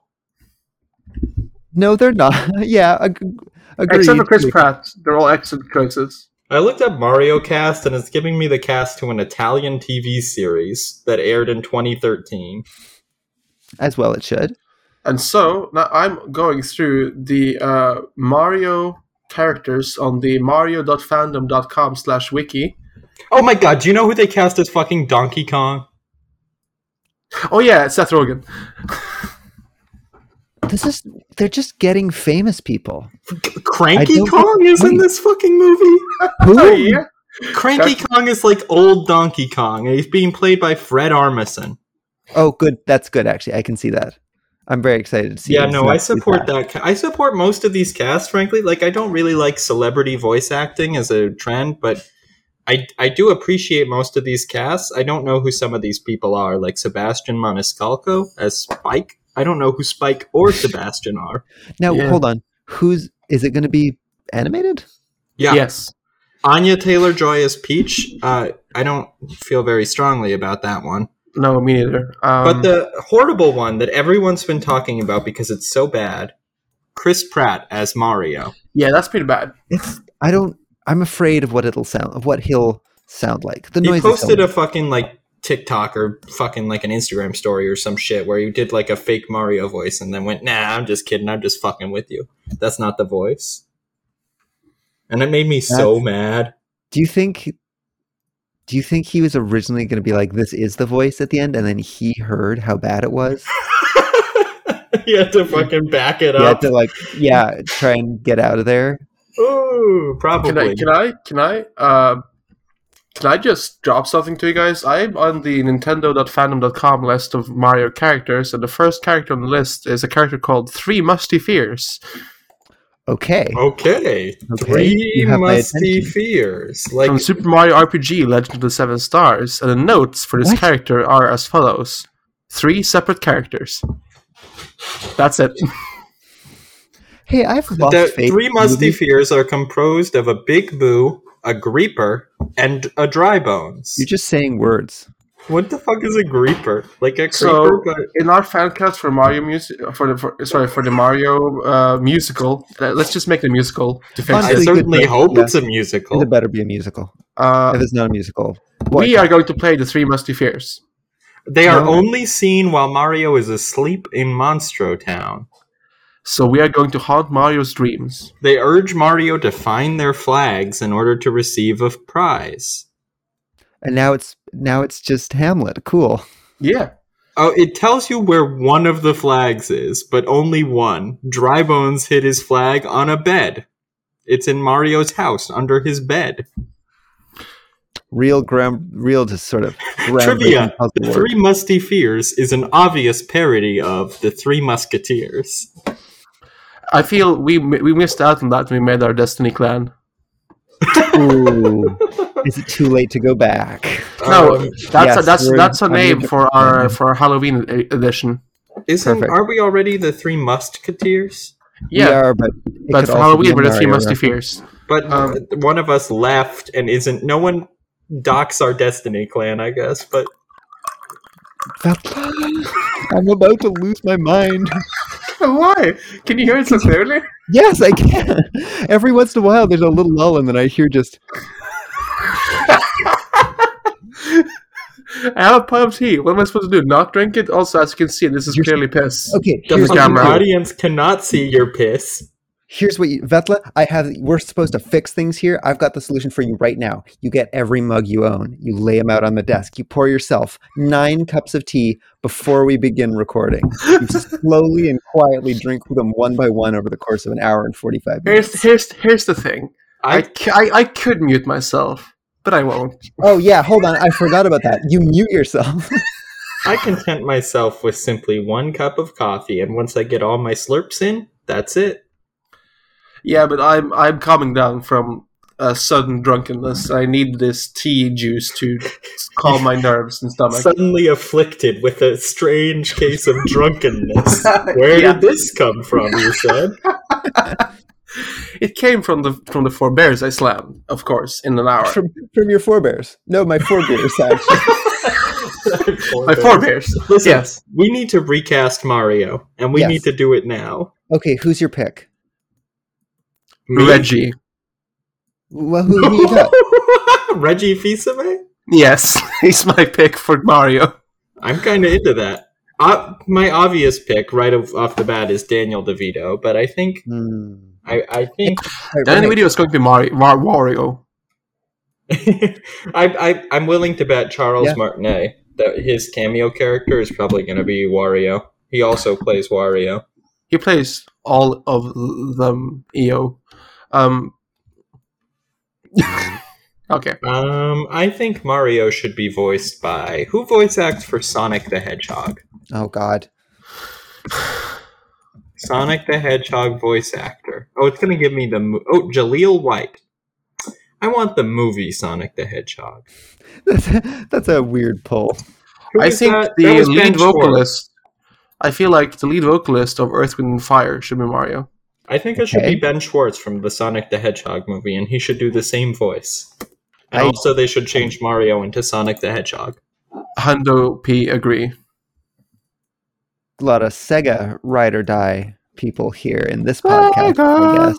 Speaker 3: No.
Speaker 2: they're not. (laughs) yeah, ag- agreed.
Speaker 1: except for Chris Pratt. They're all excellent choices.
Speaker 3: I looked up Mario cast and it's giving me the cast to an Italian TV series that aired in 2013.
Speaker 2: As well, it should.
Speaker 1: And so now I'm going through the uh, Mario characters on the mario.fandom.com slash wiki.
Speaker 3: Oh my god, do you know who they cast as fucking Donkey Kong?
Speaker 1: Oh yeah, it's Seth Rogen.
Speaker 2: This is they're just getting famous people. I
Speaker 3: Cranky
Speaker 2: don't-
Speaker 3: Kong is in
Speaker 2: wait.
Speaker 3: this fucking
Speaker 2: (laughs)
Speaker 3: movie?
Speaker 1: (laughs) Oh,
Speaker 2: Who?
Speaker 1: yeah.
Speaker 3: Cranky Kong is like old Donkey Kong, and he's being played by Fred Armisen.
Speaker 2: Oh, good. That's good. Actually, I can see that. I'm very excited to see.
Speaker 3: yeah,
Speaker 2: this
Speaker 3: no, I
Speaker 2: next
Speaker 3: support
Speaker 2: season.
Speaker 3: that. ca- I support most of these casts, frankly. Like, I don't really like celebrity voice acting as a trend, but I I do appreciate most of these casts. I don't know who some of these people are, like Sebastian Maniscalco as Spike. I don't know who Spike or Sebastian are.
Speaker 2: Now,
Speaker 1: Yeah.
Speaker 2: hold on. Who's is it going to be animated?
Speaker 3: Yeah,
Speaker 1: Yes.
Speaker 3: Anya Taylor Joy as Peach. Uh, I don't feel very strongly about that one.
Speaker 1: No, me neither. Um,
Speaker 3: But the horrible one that everyone's been talking about because it's so bad, Chris Pratt as Mario.
Speaker 1: yeah, that's pretty bad.
Speaker 2: It's. I don't. I'm afraid of what it'll sound. Of what he'll sound like. The
Speaker 3: He
Speaker 2: noise.
Speaker 3: posted a fucking like TikTok or fucking like an Instagram story or some shit where he did like a fake Mario voice and then went, "Nah, I'm just kidding. I'm just fucking with you. That's not the voice." And it made me so
Speaker 2: That's-
Speaker 3: mad. (laughs)
Speaker 2: Do you think? Do you think he was originally going to be like, "This is the voice" at the end, and then he heard how bad it was?
Speaker 3: he had to fucking back it
Speaker 2: He had
Speaker 3: up.
Speaker 2: to like, yeah, try and get out of there.
Speaker 3: Ooh, probably.
Speaker 1: Can I? Can I? Can I? Uh, can I just drop something to you guys? I'm on the Nintendo.fandom.com list of Mario characters, and the first character on the list is a character called Three Musty Fears.
Speaker 2: Okay.
Speaker 3: Okay.
Speaker 2: Okay,
Speaker 3: Three
Speaker 2: you have my
Speaker 3: musty
Speaker 2: attention.
Speaker 3: fears. Like
Speaker 1: from Super Mario RPG Legend of the Seven Stars, and the notes for this
Speaker 2: What?
Speaker 1: character are as follows: three separate characters. That's it.
Speaker 2: Hey, I've lost
Speaker 3: the
Speaker 2: faith.
Speaker 3: three
Speaker 2: in
Speaker 3: musty
Speaker 2: movies.
Speaker 3: fears are composed of a big boo, a greeper, and a dry bones.
Speaker 2: You're just saying words.
Speaker 3: What the fuck is a creeper? Like a creeper,
Speaker 1: So-
Speaker 3: but
Speaker 1: (laughs) in our fan cast for Mario music for the for, sorry for the Mario uh, musical. let- Let's just make the musical to fix
Speaker 3: I
Speaker 2: Honestly,
Speaker 1: it.
Speaker 2: good
Speaker 3: certainly
Speaker 2: pick,
Speaker 3: hope
Speaker 2: yeah.
Speaker 3: it's a musical.
Speaker 2: It better be a musical. if
Speaker 1: Uh,
Speaker 2: it's not a musical,
Speaker 1: we are going to play the Three Musketeers.
Speaker 3: They are
Speaker 2: No.
Speaker 3: only seen while Mario is asleep in Monstro Town.
Speaker 1: So we are going to haunt Mario's dreams.
Speaker 3: They urge Mario to find their flags in order to receive a prize.
Speaker 2: and now it's now it's just Hamlet. Cool.
Speaker 1: Yeah,
Speaker 3: Oh, it tells you where one of the flags is, but only one. Drybones hid his flag on a bed. It's in Mario's house under his bed.
Speaker 2: Real gram, real just sort of
Speaker 3: (laughs)
Speaker 2: groundbreaking
Speaker 3: Trivia.
Speaker 2: puzzle
Speaker 3: The
Speaker 2: work.
Speaker 3: Three Musty Fears is an obvious parody of The Three Musketeers.
Speaker 1: I feel we we missed out on that. when We made our Destiny clan.
Speaker 2: Ooh. Is it too late to go back?
Speaker 1: No,
Speaker 3: Um,
Speaker 1: that's a,
Speaker 2: yes,
Speaker 1: that's
Speaker 2: we're-
Speaker 1: that's a
Speaker 2: I'm
Speaker 1: name
Speaker 2: into-
Speaker 1: for our for our Halloween e- edition.
Speaker 3: isn't
Speaker 2: perfect.
Speaker 3: are we already the Three Musketeers?
Speaker 1: Yeah,
Speaker 2: we are, but it
Speaker 1: but
Speaker 2: could
Speaker 1: for
Speaker 2: also be
Speaker 1: Halloween
Speaker 2: a
Speaker 1: we're the Three
Speaker 2: Mario
Speaker 1: Musty
Speaker 2: reference.
Speaker 1: Fears.
Speaker 3: But
Speaker 1: Um,
Speaker 3: uh, one of us left and isn't. No one docks our Destiny clan, I guess. But
Speaker 2: (laughs) I'm about to lose my mind. (laughs)
Speaker 1: Why? Can you hear it so clearly?
Speaker 2: Yes, I can. (laughs) Every once in a while, there's a little lull, and then I hear just
Speaker 1: (laughs) I have a pot of tea. What am I supposed to do? Not drink it? Also, as you can see, this is
Speaker 2: You're-
Speaker 1: clearly piss.
Speaker 2: okay.
Speaker 3: the
Speaker 1: Here's
Speaker 2: Here's what,
Speaker 1: fucking
Speaker 3: fucking
Speaker 2: you,
Speaker 1: camera.
Speaker 2: do.
Speaker 3: audience cannot see your piss.
Speaker 2: here's what you, Vetla. I have. We're supposed to fix things here. I've got the solution for you right now. You get every mug you own. You lay them out on the desk. You pour yourself nine cups of tea before we begin recording.
Speaker 1: (laughs)
Speaker 2: You slowly and quietly drink them one by one over the course of an hour and forty-five minutes.
Speaker 1: Here's here's here's the thing. I,
Speaker 3: I
Speaker 1: c- I- I could mute myself, but I won't.
Speaker 2: Oh yeah, hold on. I forgot about that. You mute yourself.
Speaker 3: I content myself with simply one cup of coffee, and once I get all my slurps in, that's it.
Speaker 1: Yeah, but I'm I'm calming down from uh, sudden drunkenness. I need this tea juice to calm (laughs) my nerves and stomach.
Speaker 3: Suddenly afflicted with a strange case of
Speaker 1: (laughs)
Speaker 3: drunkenness. Where
Speaker 1: Yeah.
Speaker 3: did this come from?
Speaker 1: (laughs)
Speaker 3: You said.
Speaker 1: It came from the from the four bears I slammed, of course, in an hour.
Speaker 2: from from your forebears. No, my forebears
Speaker 3: (laughs)
Speaker 2: actually.
Speaker 1: My four bears.
Speaker 3: Listen,
Speaker 1: Yes.
Speaker 3: we need to recast Mario, and we
Speaker 2: Yes.
Speaker 3: need to do it now.
Speaker 2: Okay, who's your pick?
Speaker 3: Me?
Speaker 1: Reggie.
Speaker 2: Well, who, who you got?
Speaker 3: (laughs) Reggie Fils-Aimé?
Speaker 1: Yes, (laughs) he's my pick for Mario.
Speaker 3: I'm kind of into that. Uh, my obvious pick right of, off the bat is Daniel DeVito, but I think
Speaker 2: Hmm.
Speaker 3: I, I think (laughs)
Speaker 2: Wait,
Speaker 1: The only
Speaker 2: wait.
Speaker 1: video is going to be Mario, Mar- Wario.
Speaker 3: I, I I'm willing to bet Charles
Speaker 2: Yeah.
Speaker 3: Martinet that his cameo character is probably going to be Wario. He also plays Wario.
Speaker 1: He plays all of them. EO. Um. (laughs) okay.
Speaker 3: Um, I think Mario should be voiced by who voice acts for Sonic the Hedgehog.
Speaker 2: Oh God. (laughs)
Speaker 3: Sonic the Hedgehog voice actor. Oh, it's going to give me the mo- oh Jaleel White. I want the movie Sonic the Hedgehog.
Speaker 2: That's that's a weird pull.
Speaker 3: Who
Speaker 1: I
Speaker 3: is
Speaker 1: think
Speaker 3: that?
Speaker 1: the
Speaker 3: That was Ben
Speaker 1: lead
Speaker 3: Schwartz.
Speaker 1: vocalist. I feel like the lead vocalist of Earth, Wind, and Fire should be Mario.
Speaker 3: I think it should
Speaker 2: Okay.
Speaker 3: be Ben Schwartz from the Sonic the Hedgehog movie, and he should do the same voice. And
Speaker 2: I-
Speaker 3: also, they should change Mario into Sonic the Hedgehog.
Speaker 1: Hundo P. Agree.
Speaker 2: A lot of Sega ride or die people here in this podcast.
Speaker 1: Sega.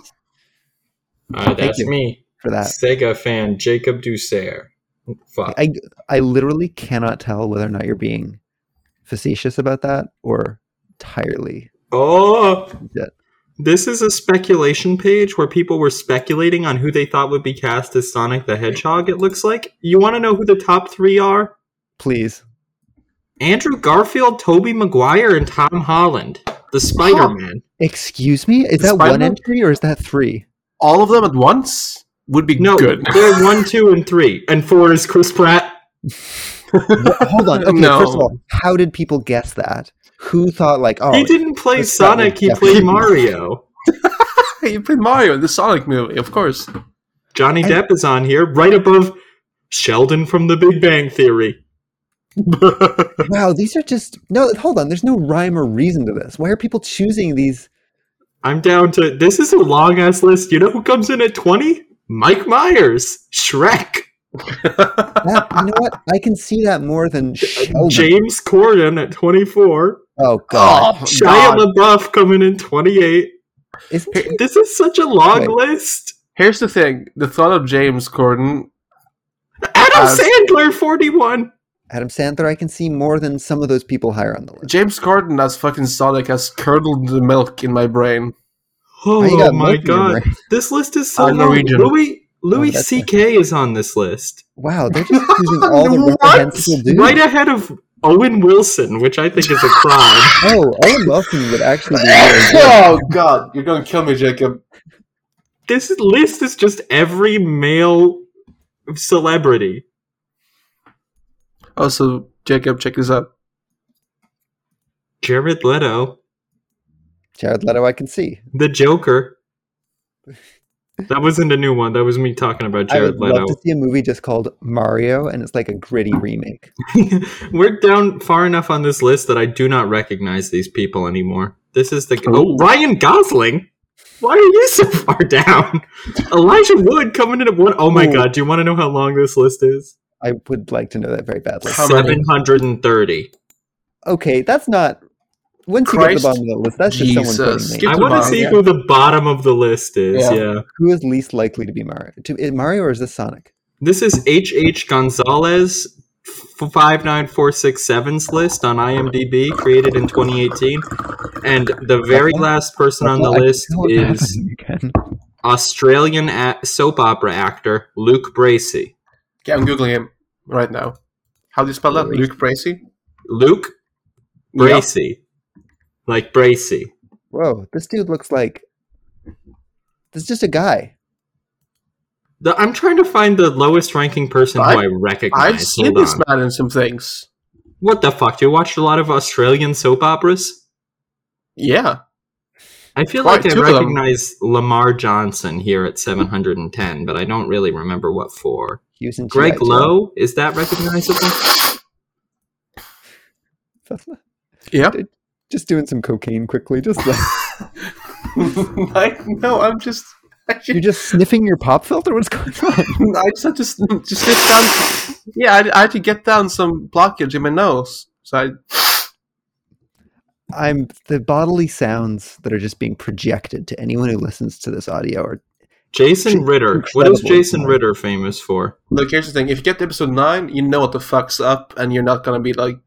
Speaker 2: I guess
Speaker 3: Uh, that's
Speaker 2: you.
Speaker 3: me,
Speaker 2: for that.
Speaker 3: Sega fan Jacob Dusair. Fuck.
Speaker 2: I I literally cannot tell whether or not you're being facetious about that or entirely.
Speaker 3: oh,
Speaker 2: Yeah.
Speaker 3: this is a speculation page where people were speculating on who they thought would be cast as Sonic the Hedgehog. It looks like you want to know who the top three are:
Speaker 2: Please.
Speaker 3: Andrew Garfield, Toby Maguire, and Tom Holland, the Spider Man.
Speaker 2: Excuse me? Is
Speaker 1: The
Speaker 2: that one
Speaker 1: Spider-Man?
Speaker 2: entry or is that
Speaker 3: (laughs)
Speaker 2: three?
Speaker 1: All of them at once would be
Speaker 3: No,
Speaker 1: good. (laughs)
Speaker 3: they're one, two, and three, and four is Chris Pratt.
Speaker 2: Wha- Hold on. Okay,
Speaker 1: No.
Speaker 2: first of all, how did people guess that? Who thought like, oh,
Speaker 3: he didn't play
Speaker 2: that's probably
Speaker 3: Sonic, he
Speaker 2: definitely-
Speaker 3: played Mario.
Speaker 1: you played Mario in the Sonic movie, of course.
Speaker 3: Johnny
Speaker 2: And-
Speaker 3: Depp is on here, right above Sheldon from the Big Bang Theory.
Speaker 2: wow, these are just no. Hold on, there's no rhyme or reason to this. Why are people choosing these?
Speaker 3: I'm down to this is a long ass list. You know who comes in at 20? Mike Myers, Shrek.
Speaker 2: That- you know what? I can see that more than Sheldon.
Speaker 3: James Corden at 24.
Speaker 2: oh God!
Speaker 1: oh,
Speaker 3: Shia
Speaker 1: God.
Speaker 3: LaBeouf coming in 28.
Speaker 2: Isn't
Speaker 1: Here-
Speaker 3: This is such a long
Speaker 2: Wait.
Speaker 3: list.
Speaker 1: Here's the thing: the thought of James Corden.
Speaker 3: Adam
Speaker 1: Uh,
Speaker 3: Sandler, 41.
Speaker 2: Adam Sandler? I can see more than some of those people higher on the list.
Speaker 1: James Corden as fucking Sonic has curdled the milk in my brain.
Speaker 2: Now you
Speaker 3: Oh
Speaker 2: got
Speaker 3: my
Speaker 2: milk in your
Speaker 3: god.
Speaker 2: brain.
Speaker 3: This list is so
Speaker 1: I'm
Speaker 3: long.
Speaker 1: Norwegian.
Speaker 3: Louis Louis
Speaker 2: Oh, that's-
Speaker 3: C.K. is on this list,
Speaker 2: Wow, they're just
Speaker 3: (laughs)
Speaker 2: choosing all the
Speaker 1: What?
Speaker 2: reprehensible dudes.
Speaker 3: right ahead of Owen Wilson, which I think is a
Speaker 2: (laughs)
Speaker 3: crime.
Speaker 2: Oh, Owen Wilson would
Speaker 3: (laughs)
Speaker 2: actually be really good.
Speaker 1: oh God, you're gonna kill me, Jacob.
Speaker 3: this list is just every male celebrity.
Speaker 1: Also, Jacob, check this out.
Speaker 3: Jared Leto,
Speaker 2: Jared Leto. I can see.
Speaker 3: the
Speaker 2: (laughs)
Speaker 3: Joker. That wasn't a new one. That was me talking about
Speaker 2: I
Speaker 3: Jared
Speaker 2: would
Speaker 3: Leto.
Speaker 2: love to see a movie just called Mario, and it's like a gritty remake.
Speaker 3: (laughs) We're down far enough on this list that I do not recognize these people anymore. This is the oh
Speaker 1: Ooh.
Speaker 3: Ryan Gosling. Why are you so far (laughs) down? Elijah Wood coming in at one. Oh my
Speaker 2: Ooh.
Speaker 3: god! Do you want to know how long this list is?
Speaker 2: I would like to know that
Speaker 3: (sighs)
Speaker 2: very badly.
Speaker 1: How many?
Speaker 3: Seven hundred and thirty.
Speaker 2: Okay, that's not. Once you get to
Speaker 1: Christ
Speaker 2: the bottom of the list, that's just someone
Speaker 1: Jesus.
Speaker 2: putting
Speaker 1: Give-
Speaker 3: I
Speaker 2: name.
Speaker 1: the
Speaker 3: want to
Speaker 1: bottom,
Speaker 3: see
Speaker 1: yeah.
Speaker 3: who the bottom of the list is.
Speaker 1: Yeah.
Speaker 3: yeah.
Speaker 2: Who is least likely to be Mario? To, is Mario or is this Sonic?
Speaker 3: This is H.H. Gonzalez f- 59467's list on IMDb, created in 2018. And the very last person on the
Speaker 2: I can
Speaker 3: list
Speaker 2: tell what's
Speaker 3: is
Speaker 2: happening again.
Speaker 3: Australian a- soap opera actor Luke Bracey.
Speaker 1: Okay, I'm googling him right now. How do you spell that? Luke Bracey.
Speaker 3: Luke Bracey. Like Bracey.
Speaker 2: (laughs) Whoa, this dude looks like. This is just a guy.
Speaker 3: The, I'm trying to find the lowest ranking person who
Speaker 1: I-
Speaker 3: I recognize.
Speaker 1: I've seen
Speaker 3: Hold
Speaker 1: this
Speaker 3: on.
Speaker 1: man in some things.
Speaker 3: What the fuck? Do you watch a lot of Australian soap operas?
Speaker 1: Yeah.
Speaker 3: I feel
Speaker 1: Quite
Speaker 3: like I
Speaker 1: two of them.
Speaker 3: recognize Lamar Johnson here at 710, but I don't really remember what for.
Speaker 2: He was in G.I.
Speaker 3: Greg
Speaker 2: Joe.
Speaker 3: Lowe, is that recognizable?
Speaker 2: That's not-
Speaker 1: Yeah.
Speaker 2: (laughs) Just doing some cocaine quickly.
Speaker 3: (laughs)
Speaker 2: Just like,
Speaker 1: (laughs) I, no, I'm just. I
Speaker 2: you're
Speaker 1: just,
Speaker 2: just sniffing your pop filter. What's going
Speaker 1: (laughs)
Speaker 2: on?
Speaker 1: I just had to s- just sit down. Yeah, I, I had to get down some blockage in my nose. So I,
Speaker 2: I'm the bodily sounds that are just being projected to anyone who listens to this audio are
Speaker 3: Jason
Speaker 2: J-
Speaker 3: Ritter. What is
Speaker 2: incredible.
Speaker 3: Jason Ritter famous for?
Speaker 1: look, here's the thing: if you get to episode nine, you know what the fuck's up, and you're not gonna be like,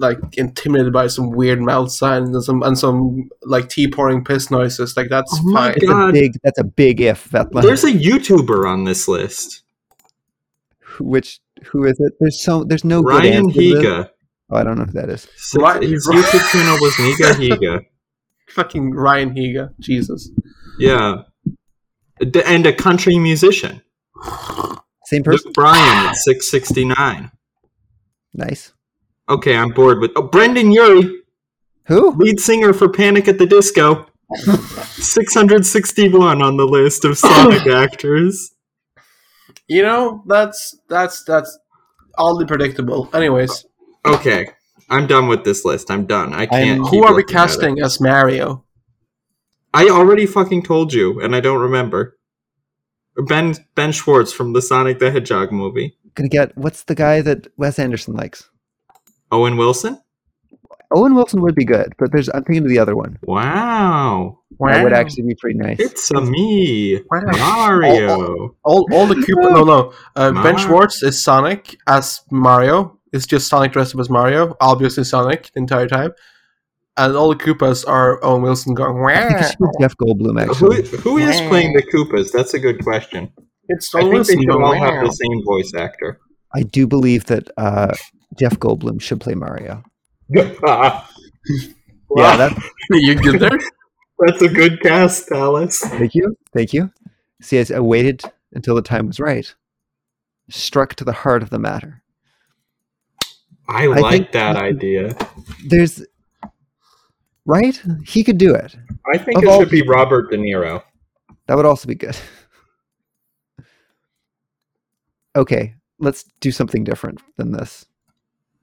Speaker 1: like intimidated by some weird mouth signs and some and some like tea pouring piss noises. Like that's
Speaker 3: Oh my
Speaker 1: fine. (laughs)
Speaker 2: it's
Speaker 3: God.
Speaker 2: a big that's a big if that
Speaker 3: There's a YouTuber on this list,
Speaker 2: which who is it? There's so there's no good
Speaker 3: Ryan
Speaker 2: answer to this.
Speaker 3: Higa.
Speaker 2: Oh, I don't know who that is.
Speaker 3: Six-
Speaker 1: Ri-
Speaker 3: His
Speaker 1: Ri-
Speaker 3: YouTube channel was Niga Higa.
Speaker 1: Fucking Ryan Higa, Jesus.
Speaker 3: (laughs) Yeah. D- And a country musician.
Speaker 2: Same person.
Speaker 3: Luke Bryan at 669.
Speaker 2: Nice.
Speaker 3: Okay, I'm bored with. Oh, Brendan Urie.
Speaker 2: Who?
Speaker 3: lead singer for Panic at
Speaker 1: (laughs)
Speaker 3: the Disco. 661 on the list
Speaker 1: (laughs)
Speaker 3: of Sonic actors.
Speaker 1: You know, that's that's that's oddly predictable. Anyways,
Speaker 3: Okay, I'm done with this list. I'm done. I can't.
Speaker 2: I'm-
Speaker 3: keep
Speaker 1: who are we
Speaker 3: looking at it.
Speaker 1: casting as Mario?
Speaker 3: I already fucking told you, and I don't remember. Ben Ben Schwartz from the Sonic the Hedgehog movie.
Speaker 2: Gonna get what's the guy that Wes Anderson likes?
Speaker 3: Owen Wilson.
Speaker 2: Owen Wilson would be good, but there's I'm thinking of the other one.
Speaker 3: Wow,
Speaker 2: That would actually be pretty nice.
Speaker 3: it's a me,
Speaker 1: Wow.
Speaker 3: Mario.
Speaker 1: all all the Koopa. No, no. Uh, ben
Speaker 3: Mar-
Speaker 1: Schwartz is Sonic as Mario. It's just Sonic dressed up as Mario. Obviously Sonic the entire time. And all the Koopas are Owen Wilson going.
Speaker 2: I think
Speaker 1: Wah.
Speaker 2: it should be Jeff Goldblum
Speaker 3: Who
Speaker 2: actually.
Speaker 3: who is playing the Koopas? That's a good question.
Speaker 1: It's
Speaker 3: I
Speaker 1: Owen
Speaker 3: think they
Speaker 1: Wilson
Speaker 3: should
Speaker 1: going.
Speaker 3: all have
Speaker 1: Wow.
Speaker 3: the same voice actor. (laughs)
Speaker 2: I do believe that uh, Jeff Goldblum should play Mario.
Speaker 3: yeah,
Speaker 1: (laughs)
Speaker 2: Yeah, that,
Speaker 1: you good there?
Speaker 3: that's a good cast, Alice.
Speaker 2: thank you, thank you. See, I waited until the time was right. Struck to the heart of the matter.
Speaker 3: I
Speaker 2: think-
Speaker 3: like that idea.
Speaker 2: there's right he could do it
Speaker 3: I think
Speaker 2: Of
Speaker 3: it
Speaker 2: all-
Speaker 3: should be Robert De Niro.
Speaker 2: that would also be good (laughs) okay let's do something different than this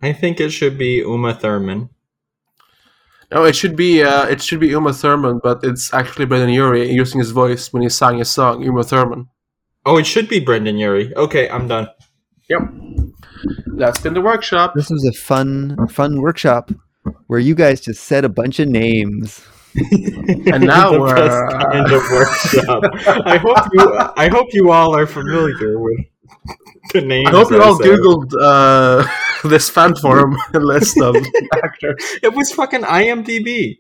Speaker 3: I think it should be Uma Thurman.
Speaker 1: No, it should be uh, it should be Uma Thurman, but it's actually Brendan Urie using his voice when he sang his song Uma Thurman.
Speaker 3: Oh, it should be Brendan Yuri. Okay, I'm done.
Speaker 1: That's been the workshop.
Speaker 2: This was a fun, fun workshop where you guys just said a bunch of names.
Speaker 3: and (laughs)
Speaker 1: now
Speaker 3: the
Speaker 1: we're,
Speaker 3: best
Speaker 1: uh,
Speaker 3: kind
Speaker 1: (laughs)
Speaker 3: of workshop. I hope you. I hope you all are familiar with the names.
Speaker 1: I hope you all
Speaker 3: said.
Speaker 1: googled uh, (laughs) this fan forum list of actors.
Speaker 3: It was fucking IMDb.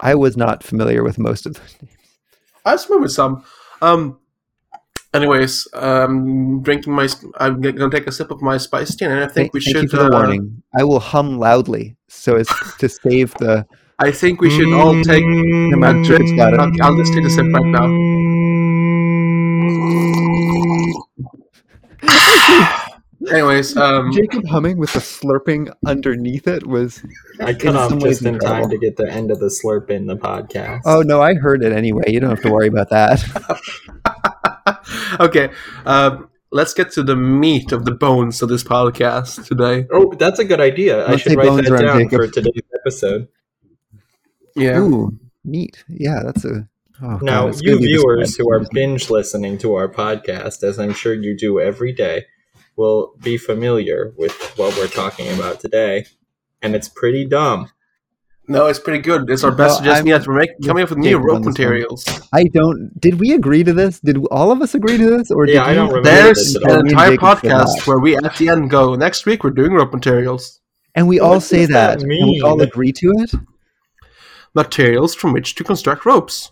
Speaker 2: I was not familiar with most of those names.
Speaker 1: I just remember some. Um, anyways, um, drinking my. sp- I'm g- gonna take a sip of my spice tea, and I think
Speaker 2: Thank,
Speaker 1: we
Speaker 2: thank
Speaker 1: should.
Speaker 2: you for the
Speaker 1: uh,
Speaker 2: warning. I will hum loudly so as to save the.
Speaker 1: I think we should all take.
Speaker 2: on, Jared's got it.
Speaker 1: uh, I'll just take a sip right now. Anyways, um,
Speaker 2: Jacob humming with the slurping underneath it was.
Speaker 3: I cut
Speaker 2: In
Speaker 3: off
Speaker 2: some ways
Speaker 3: just in time
Speaker 2: incredible.
Speaker 3: to get the end of the slurp in the podcast.
Speaker 2: Oh no, I heard it anyway. You don't have to worry about that. (laughs)
Speaker 1: okay, um, let's get to the meat of the bones of this podcast today.
Speaker 3: Oh, that's a good idea. I
Speaker 2: Let's
Speaker 3: should
Speaker 2: say
Speaker 3: write
Speaker 2: bones
Speaker 3: that
Speaker 2: around
Speaker 3: down
Speaker 2: Jacob.
Speaker 3: for today's episode.
Speaker 1: Yeah.
Speaker 2: Ooh, neat. Yeah, that's a. Oh,
Speaker 3: Now,
Speaker 2: God, it's
Speaker 3: you
Speaker 2: gonna be this
Speaker 3: viewers
Speaker 2: bad.
Speaker 3: who are binge listening to our podcast, as I'm sure you do every day, will be familiar with what we're talking about today. And it's pretty dumb.
Speaker 1: No, it's pretty good. It's our best
Speaker 2: Well,
Speaker 1: suggestion
Speaker 2: I'm-
Speaker 1: yet. We're making, coming up with new
Speaker 2: Jacob on
Speaker 1: rope
Speaker 2: this one.
Speaker 1: materials.
Speaker 2: I don't. Did we agree to this? Did all of us agree to this? Or
Speaker 3: Yeah,
Speaker 2: did
Speaker 3: I don't
Speaker 2: you-
Speaker 3: remember
Speaker 1: There's
Speaker 3: this at
Speaker 2: Yeah,
Speaker 1: an
Speaker 2: me and
Speaker 3: all.
Speaker 1: entire
Speaker 2: Jacob said
Speaker 1: podcast
Speaker 2: that.
Speaker 1: where we at the end go, next week we're doing rope materials.
Speaker 2: and we all
Speaker 3: What
Speaker 2: say
Speaker 3: does that
Speaker 2: that, and we all
Speaker 3: mean?
Speaker 2: agree to it.
Speaker 1: Materials from which to construct ropes.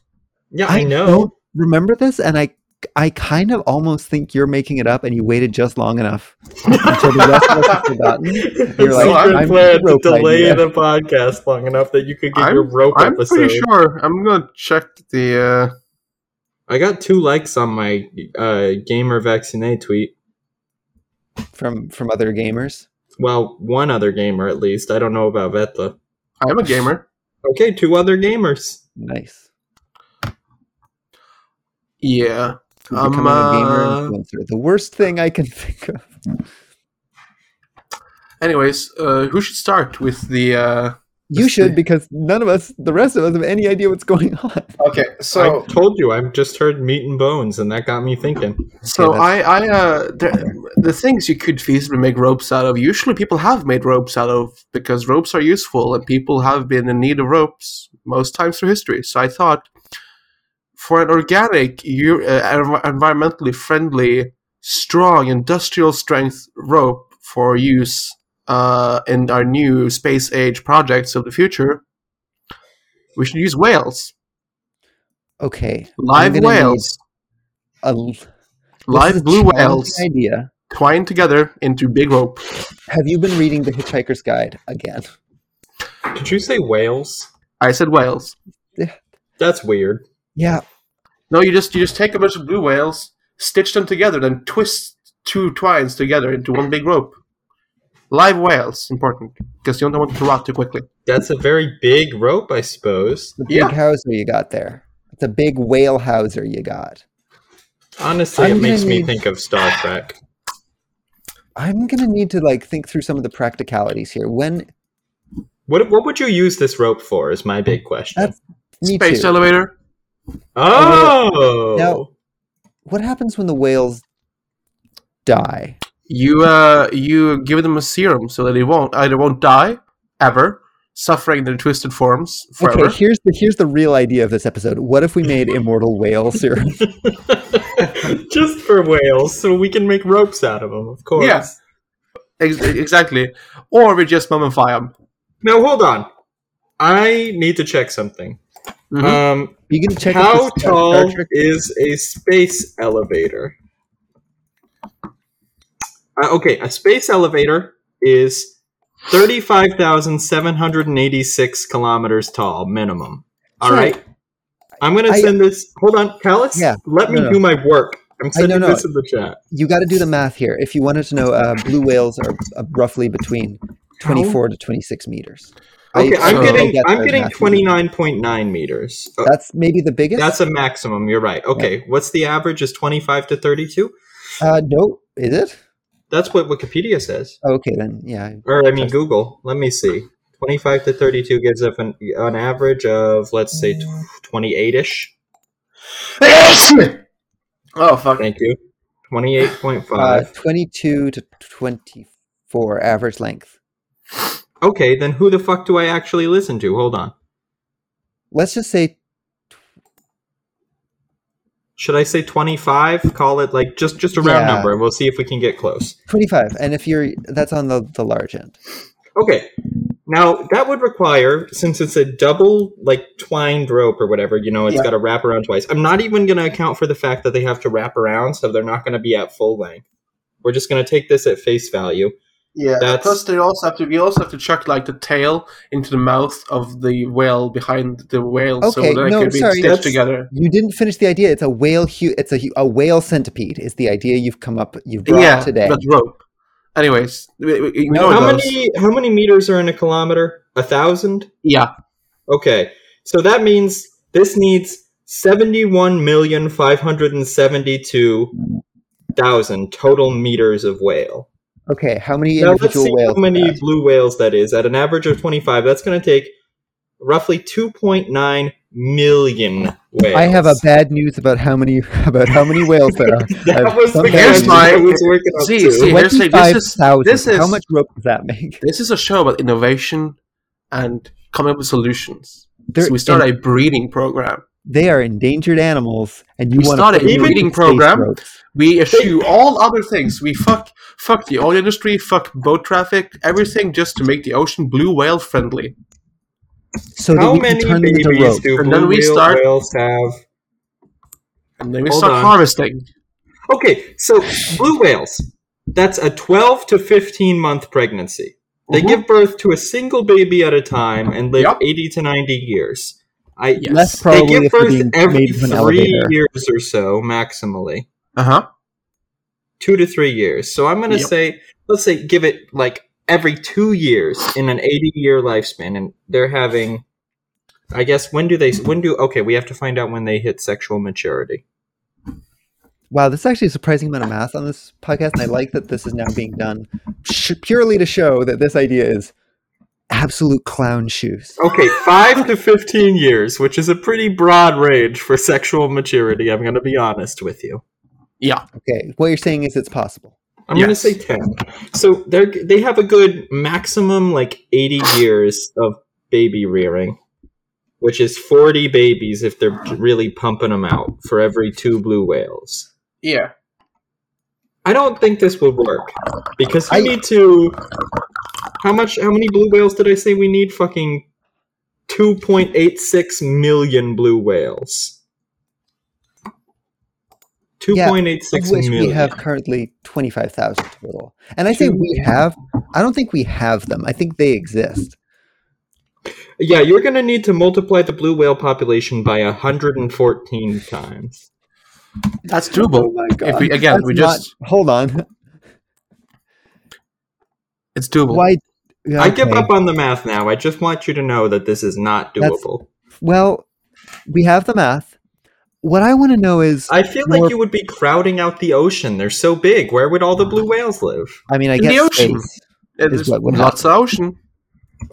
Speaker 3: Yeah, I know. (laughs)
Speaker 2: don't remember this, and I I kind of almost think you're making it up, and you waited just long enough until the rest of us have forgotten.
Speaker 3: It's
Speaker 2: You're
Speaker 1: like,
Speaker 3: secret
Speaker 2: I'm
Speaker 3: plan to
Speaker 2: rope
Speaker 3: delay
Speaker 2: idea.
Speaker 3: the podcast long enough that you could get
Speaker 1: I'm-
Speaker 3: your rope
Speaker 1: I'm
Speaker 3: episode.
Speaker 1: pretty sure. I'm gonna check the. Uh,
Speaker 3: I got two likes on my uh, gamer vaccinate tweet.
Speaker 2: from from other gamers.
Speaker 3: Well, one other gamer at least. I don't know about Vetla.
Speaker 1: I'm a gamer.
Speaker 3: Okay, two other gamers.
Speaker 2: Nice.
Speaker 1: Yeah.
Speaker 2: You're
Speaker 1: Um,
Speaker 2: Becoming a gamer
Speaker 1: uh,
Speaker 2: influencer. The worst thing I can (laughs) think of.
Speaker 1: Anyways, uh, who should start with the? Uh,
Speaker 2: You should because none of us, the rest of us, have any idea what's going (laughs) on.
Speaker 1: okay, so
Speaker 3: I told you, I've just heard meat and bones, and that got me thinking.
Speaker 1: so
Speaker 2: Okay,
Speaker 1: I
Speaker 2: that's-
Speaker 1: I uh, the, the things you could feasibly make ropes out of. Usually, people have made ropes out of because ropes are useful, and people have been in need of ropes most times through history. So I thought, for an organic, eu- uh, env- environmentally friendly, strong industrial strength rope for use uh, in our new space age projects of the future, we should use whales,
Speaker 2: Okay.
Speaker 1: live
Speaker 2: gonna need-
Speaker 1: whales.
Speaker 2: A, this is a
Speaker 1: live blue
Speaker 2: challenging
Speaker 1: whales
Speaker 2: Idea.
Speaker 1: twined together into big rope.
Speaker 2: Have you been reading The Hitchhiker's Guide again?
Speaker 3: Did you say whales?
Speaker 1: I said whales.
Speaker 3: That's weird.
Speaker 2: Yeah.
Speaker 1: No, you just you just take a bunch of blue whales, stitch them together, then twist two twines together into one big rope. Live whales, important because you don't want them to rot too quickly.
Speaker 3: That's a very big rope, I suppose.
Speaker 2: The big
Speaker 1: Yeah.
Speaker 2: houser you got there. It's a big whale houser you got.
Speaker 3: Honestly,
Speaker 2: I'm
Speaker 3: it makes
Speaker 2: gonna
Speaker 3: me
Speaker 2: need-
Speaker 3: think of Star Trek.
Speaker 2: I'm gonna need to like think through some of the practicalities here. When
Speaker 3: What what would you use this rope for? Is my big question.
Speaker 2: That's- me
Speaker 1: Space
Speaker 2: too.
Speaker 1: elevator.
Speaker 3: oh,
Speaker 2: Now- What happens when the whales die?
Speaker 1: You uh you give them a serum so that they won't either won't die ever, suffering their twisted forms forever.
Speaker 2: Okay, here's the here's the real idea of this episode. What if we made immortal whale (laughs) serum?
Speaker 3: (laughs) just for whales, so we can make ropes out of them. Of course.
Speaker 1: Yeah. Ex- exactly. Or we just mummify them.
Speaker 3: Now hold on. I need to check something. Um,
Speaker 2: You can check out
Speaker 3: How
Speaker 2: this Star
Speaker 3: tall
Speaker 2: Trek-
Speaker 3: is a space elevator? Uh, okay, a space elevator is 35,786 kilometers tall, minimum. All
Speaker 2: Sure.
Speaker 3: right. I'm going to
Speaker 2: I-
Speaker 3: send this. Hold on, Callus.
Speaker 2: Yeah,
Speaker 3: Let me
Speaker 2: no, no.
Speaker 3: do my work. I'm sending
Speaker 2: no.
Speaker 3: this in the chat.
Speaker 2: You got to do the math here. If you wanted to know, uh, blue whales are uh, roughly between twenty-four to twenty-six meters. I-
Speaker 3: Okay, I'm
Speaker 1: so-
Speaker 2: I
Speaker 3: getting
Speaker 2: get
Speaker 3: I'm
Speaker 2: the
Speaker 3: getting
Speaker 2: math.
Speaker 3: 29.9 meters. Uh,
Speaker 2: That's maybe the biggest.
Speaker 3: that's a maximum. You're right. Okay, what's the average? Is 25 to 32?
Speaker 2: uh, no, is it?
Speaker 3: That's what Wikipedia says.
Speaker 2: Okay, then yeah,
Speaker 3: or I mean
Speaker 2: Just-
Speaker 3: Google. Let me see. Twenty-five to thirty-two gives up an, an average of let's say twenty-eight ish.
Speaker 1: oh fuck.
Speaker 3: Thank you.
Speaker 2: Uh,
Speaker 3: 28.5.
Speaker 2: 22 Uh, to 24 average length.
Speaker 3: okay, then who the fuck do I actually listen to? Hold on.
Speaker 2: Let's just say
Speaker 3: Should I say 25? Call it like just just a round
Speaker 2: Yeah.
Speaker 3: number and we'll see if we can get close.
Speaker 2: 25. And if you're, that's on the, the large end.
Speaker 3: Okay. Now, that would require since it's a double like twined rope or whatever, you know, it's
Speaker 1: Yeah.
Speaker 3: got to wrap around twice. I'm not even going to account for the fact that they have to wrap around, so they're not going to be at full length. We're just going to take this at face value.
Speaker 1: Yeah.
Speaker 3: That's-
Speaker 1: Plus, they also have to. We also have to chuck like the tail into the mouth of the whale behind the whale, so
Speaker 2: Okay,
Speaker 1: that it
Speaker 2: no,
Speaker 1: can be
Speaker 2: sorry,
Speaker 1: stitched
Speaker 3: that's-
Speaker 1: together.
Speaker 2: You didn't finish the idea. It's a whale, hu- it's a, hu- a whale centipede is the idea you've come up, you've brought
Speaker 1: yeah,
Speaker 2: today.
Speaker 1: that rope. Anyways, we, we, we know
Speaker 3: How
Speaker 1: those.
Speaker 3: many how many meters are in a kilometer? A thousand?
Speaker 1: Yeah,
Speaker 3: Okay. So that means this needs seventy one million five hundred and seventy two thousand total meters of whale.
Speaker 2: Okay. How many
Speaker 3: Now let's
Speaker 2: individual
Speaker 3: see
Speaker 2: whales?
Speaker 3: how
Speaker 2: is
Speaker 3: many
Speaker 2: that?
Speaker 3: blue whales that is. At an average of twenty five, that's gonna take roughly two point nine million whales.
Speaker 2: I have a bad news about how many (laughs) about how many whales
Speaker 1: (laughs)
Speaker 2: there are.
Speaker 3: (laughs) that
Speaker 2: I've
Speaker 3: was the
Speaker 2: somehow-
Speaker 1: Here's
Speaker 3: question
Speaker 1: my-
Speaker 3: I was working up
Speaker 1: see,
Speaker 3: to.
Speaker 1: see. here's the- this is-
Speaker 2: 25,000.
Speaker 1: this
Speaker 2: how
Speaker 1: is-
Speaker 2: much rope does that make?
Speaker 1: this is a show about innovation and coming up with solutions.
Speaker 2: They're
Speaker 1: so we start
Speaker 2: in-
Speaker 1: a breeding program.
Speaker 2: they are endangered animals, and you
Speaker 1: We
Speaker 2: want
Speaker 1: started
Speaker 2: to
Speaker 1: a breeding program. We eschew all other things. We fuck fuck the oil industry, fuck boat traffic, everything just to make the ocean blue whale friendly.
Speaker 2: so that
Speaker 3: How
Speaker 2: we can
Speaker 3: many
Speaker 2: turn them into
Speaker 3: babies
Speaker 2: rope.
Speaker 3: do
Speaker 1: And then
Speaker 3: blue
Speaker 1: we
Speaker 3: whale
Speaker 1: start-
Speaker 3: whales have?
Speaker 1: And then we
Speaker 3: Hold
Speaker 1: start
Speaker 3: on.
Speaker 1: harvesting.
Speaker 3: Okay, so blue whales. That's a 12 to 15 month pregnancy. They
Speaker 1: Mhm.
Speaker 3: give birth to a single baby at a time and live
Speaker 1: Yep.
Speaker 3: 80 to 90 years. I
Speaker 1: Yes.
Speaker 2: Less
Speaker 3: they
Speaker 2: probably
Speaker 3: give
Speaker 2: if they're
Speaker 3: birth
Speaker 2: being
Speaker 3: every
Speaker 2: made from an
Speaker 3: three
Speaker 2: elevator.
Speaker 3: years or so, maximally
Speaker 1: Uh huh.
Speaker 3: two to three years. So I'm going to
Speaker 1: Yep.
Speaker 3: say, let's say, give it like every two years in an 80 year lifespan, and they're having. I guess when do they? When do? Okay, we have to find out when they hit sexual maturity.
Speaker 2: Wow, this is actually a surprising amount of math on this podcast, and I like that this is now being done sh- purely to show that this idea is absolute clown
Speaker 1: Oh.
Speaker 2: shoes.
Speaker 3: Okay, five to fifteen years, which is a pretty broad range for sexual maturity. I'm going to be honest with you.
Speaker 1: Yeah.
Speaker 2: Okay, what you're saying is it's possible.
Speaker 3: I'm
Speaker 1: Yes.
Speaker 3: going to say ten. So they are they have a good maximum like eighty years of baby rearing, which is forty babies if they're really pumping them out for every two blue whales.
Speaker 1: Yeah.
Speaker 3: I don't think this would work because you
Speaker 2: I-
Speaker 3: need to. How much? How many blue whales did I say we need? Fucking two point eight six million blue whales. Two point eight
Speaker 2: Of
Speaker 3: six
Speaker 2: which
Speaker 3: million.
Speaker 2: we have currently twenty-five thousand total, and I say we have. I don't think we have them. I think they exist.
Speaker 3: Yeah, you're gonna need to multiply the blue whale population by hundred and fourteen times.
Speaker 1: That's doable.
Speaker 2: Oh my
Speaker 1: if we again
Speaker 2: That's
Speaker 1: we
Speaker 2: not-
Speaker 1: just
Speaker 2: hold on.
Speaker 1: it's doable.
Speaker 2: Why?
Speaker 3: I give
Speaker 2: okay.
Speaker 3: up on the math now. I just want you to know that this is not
Speaker 2: That's-
Speaker 3: doable.
Speaker 2: Well, we have the math. What I want to know is, I,
Speaker 3: I feel like
Speaker 2: More-
Speaker 3: you would be crowding out the ocean. They're so big. Where would all the
Speaker 2: (sighs)
Speaker 3: blue whales live?
Speaker 2: mean, I
Speaker 1: In
Speaker 2: guess
Speaker 1: the ocean.
Speaker 2: space.
Speaker 1: It's
Speaker 2: what would
Speaker 1: lots of ocean.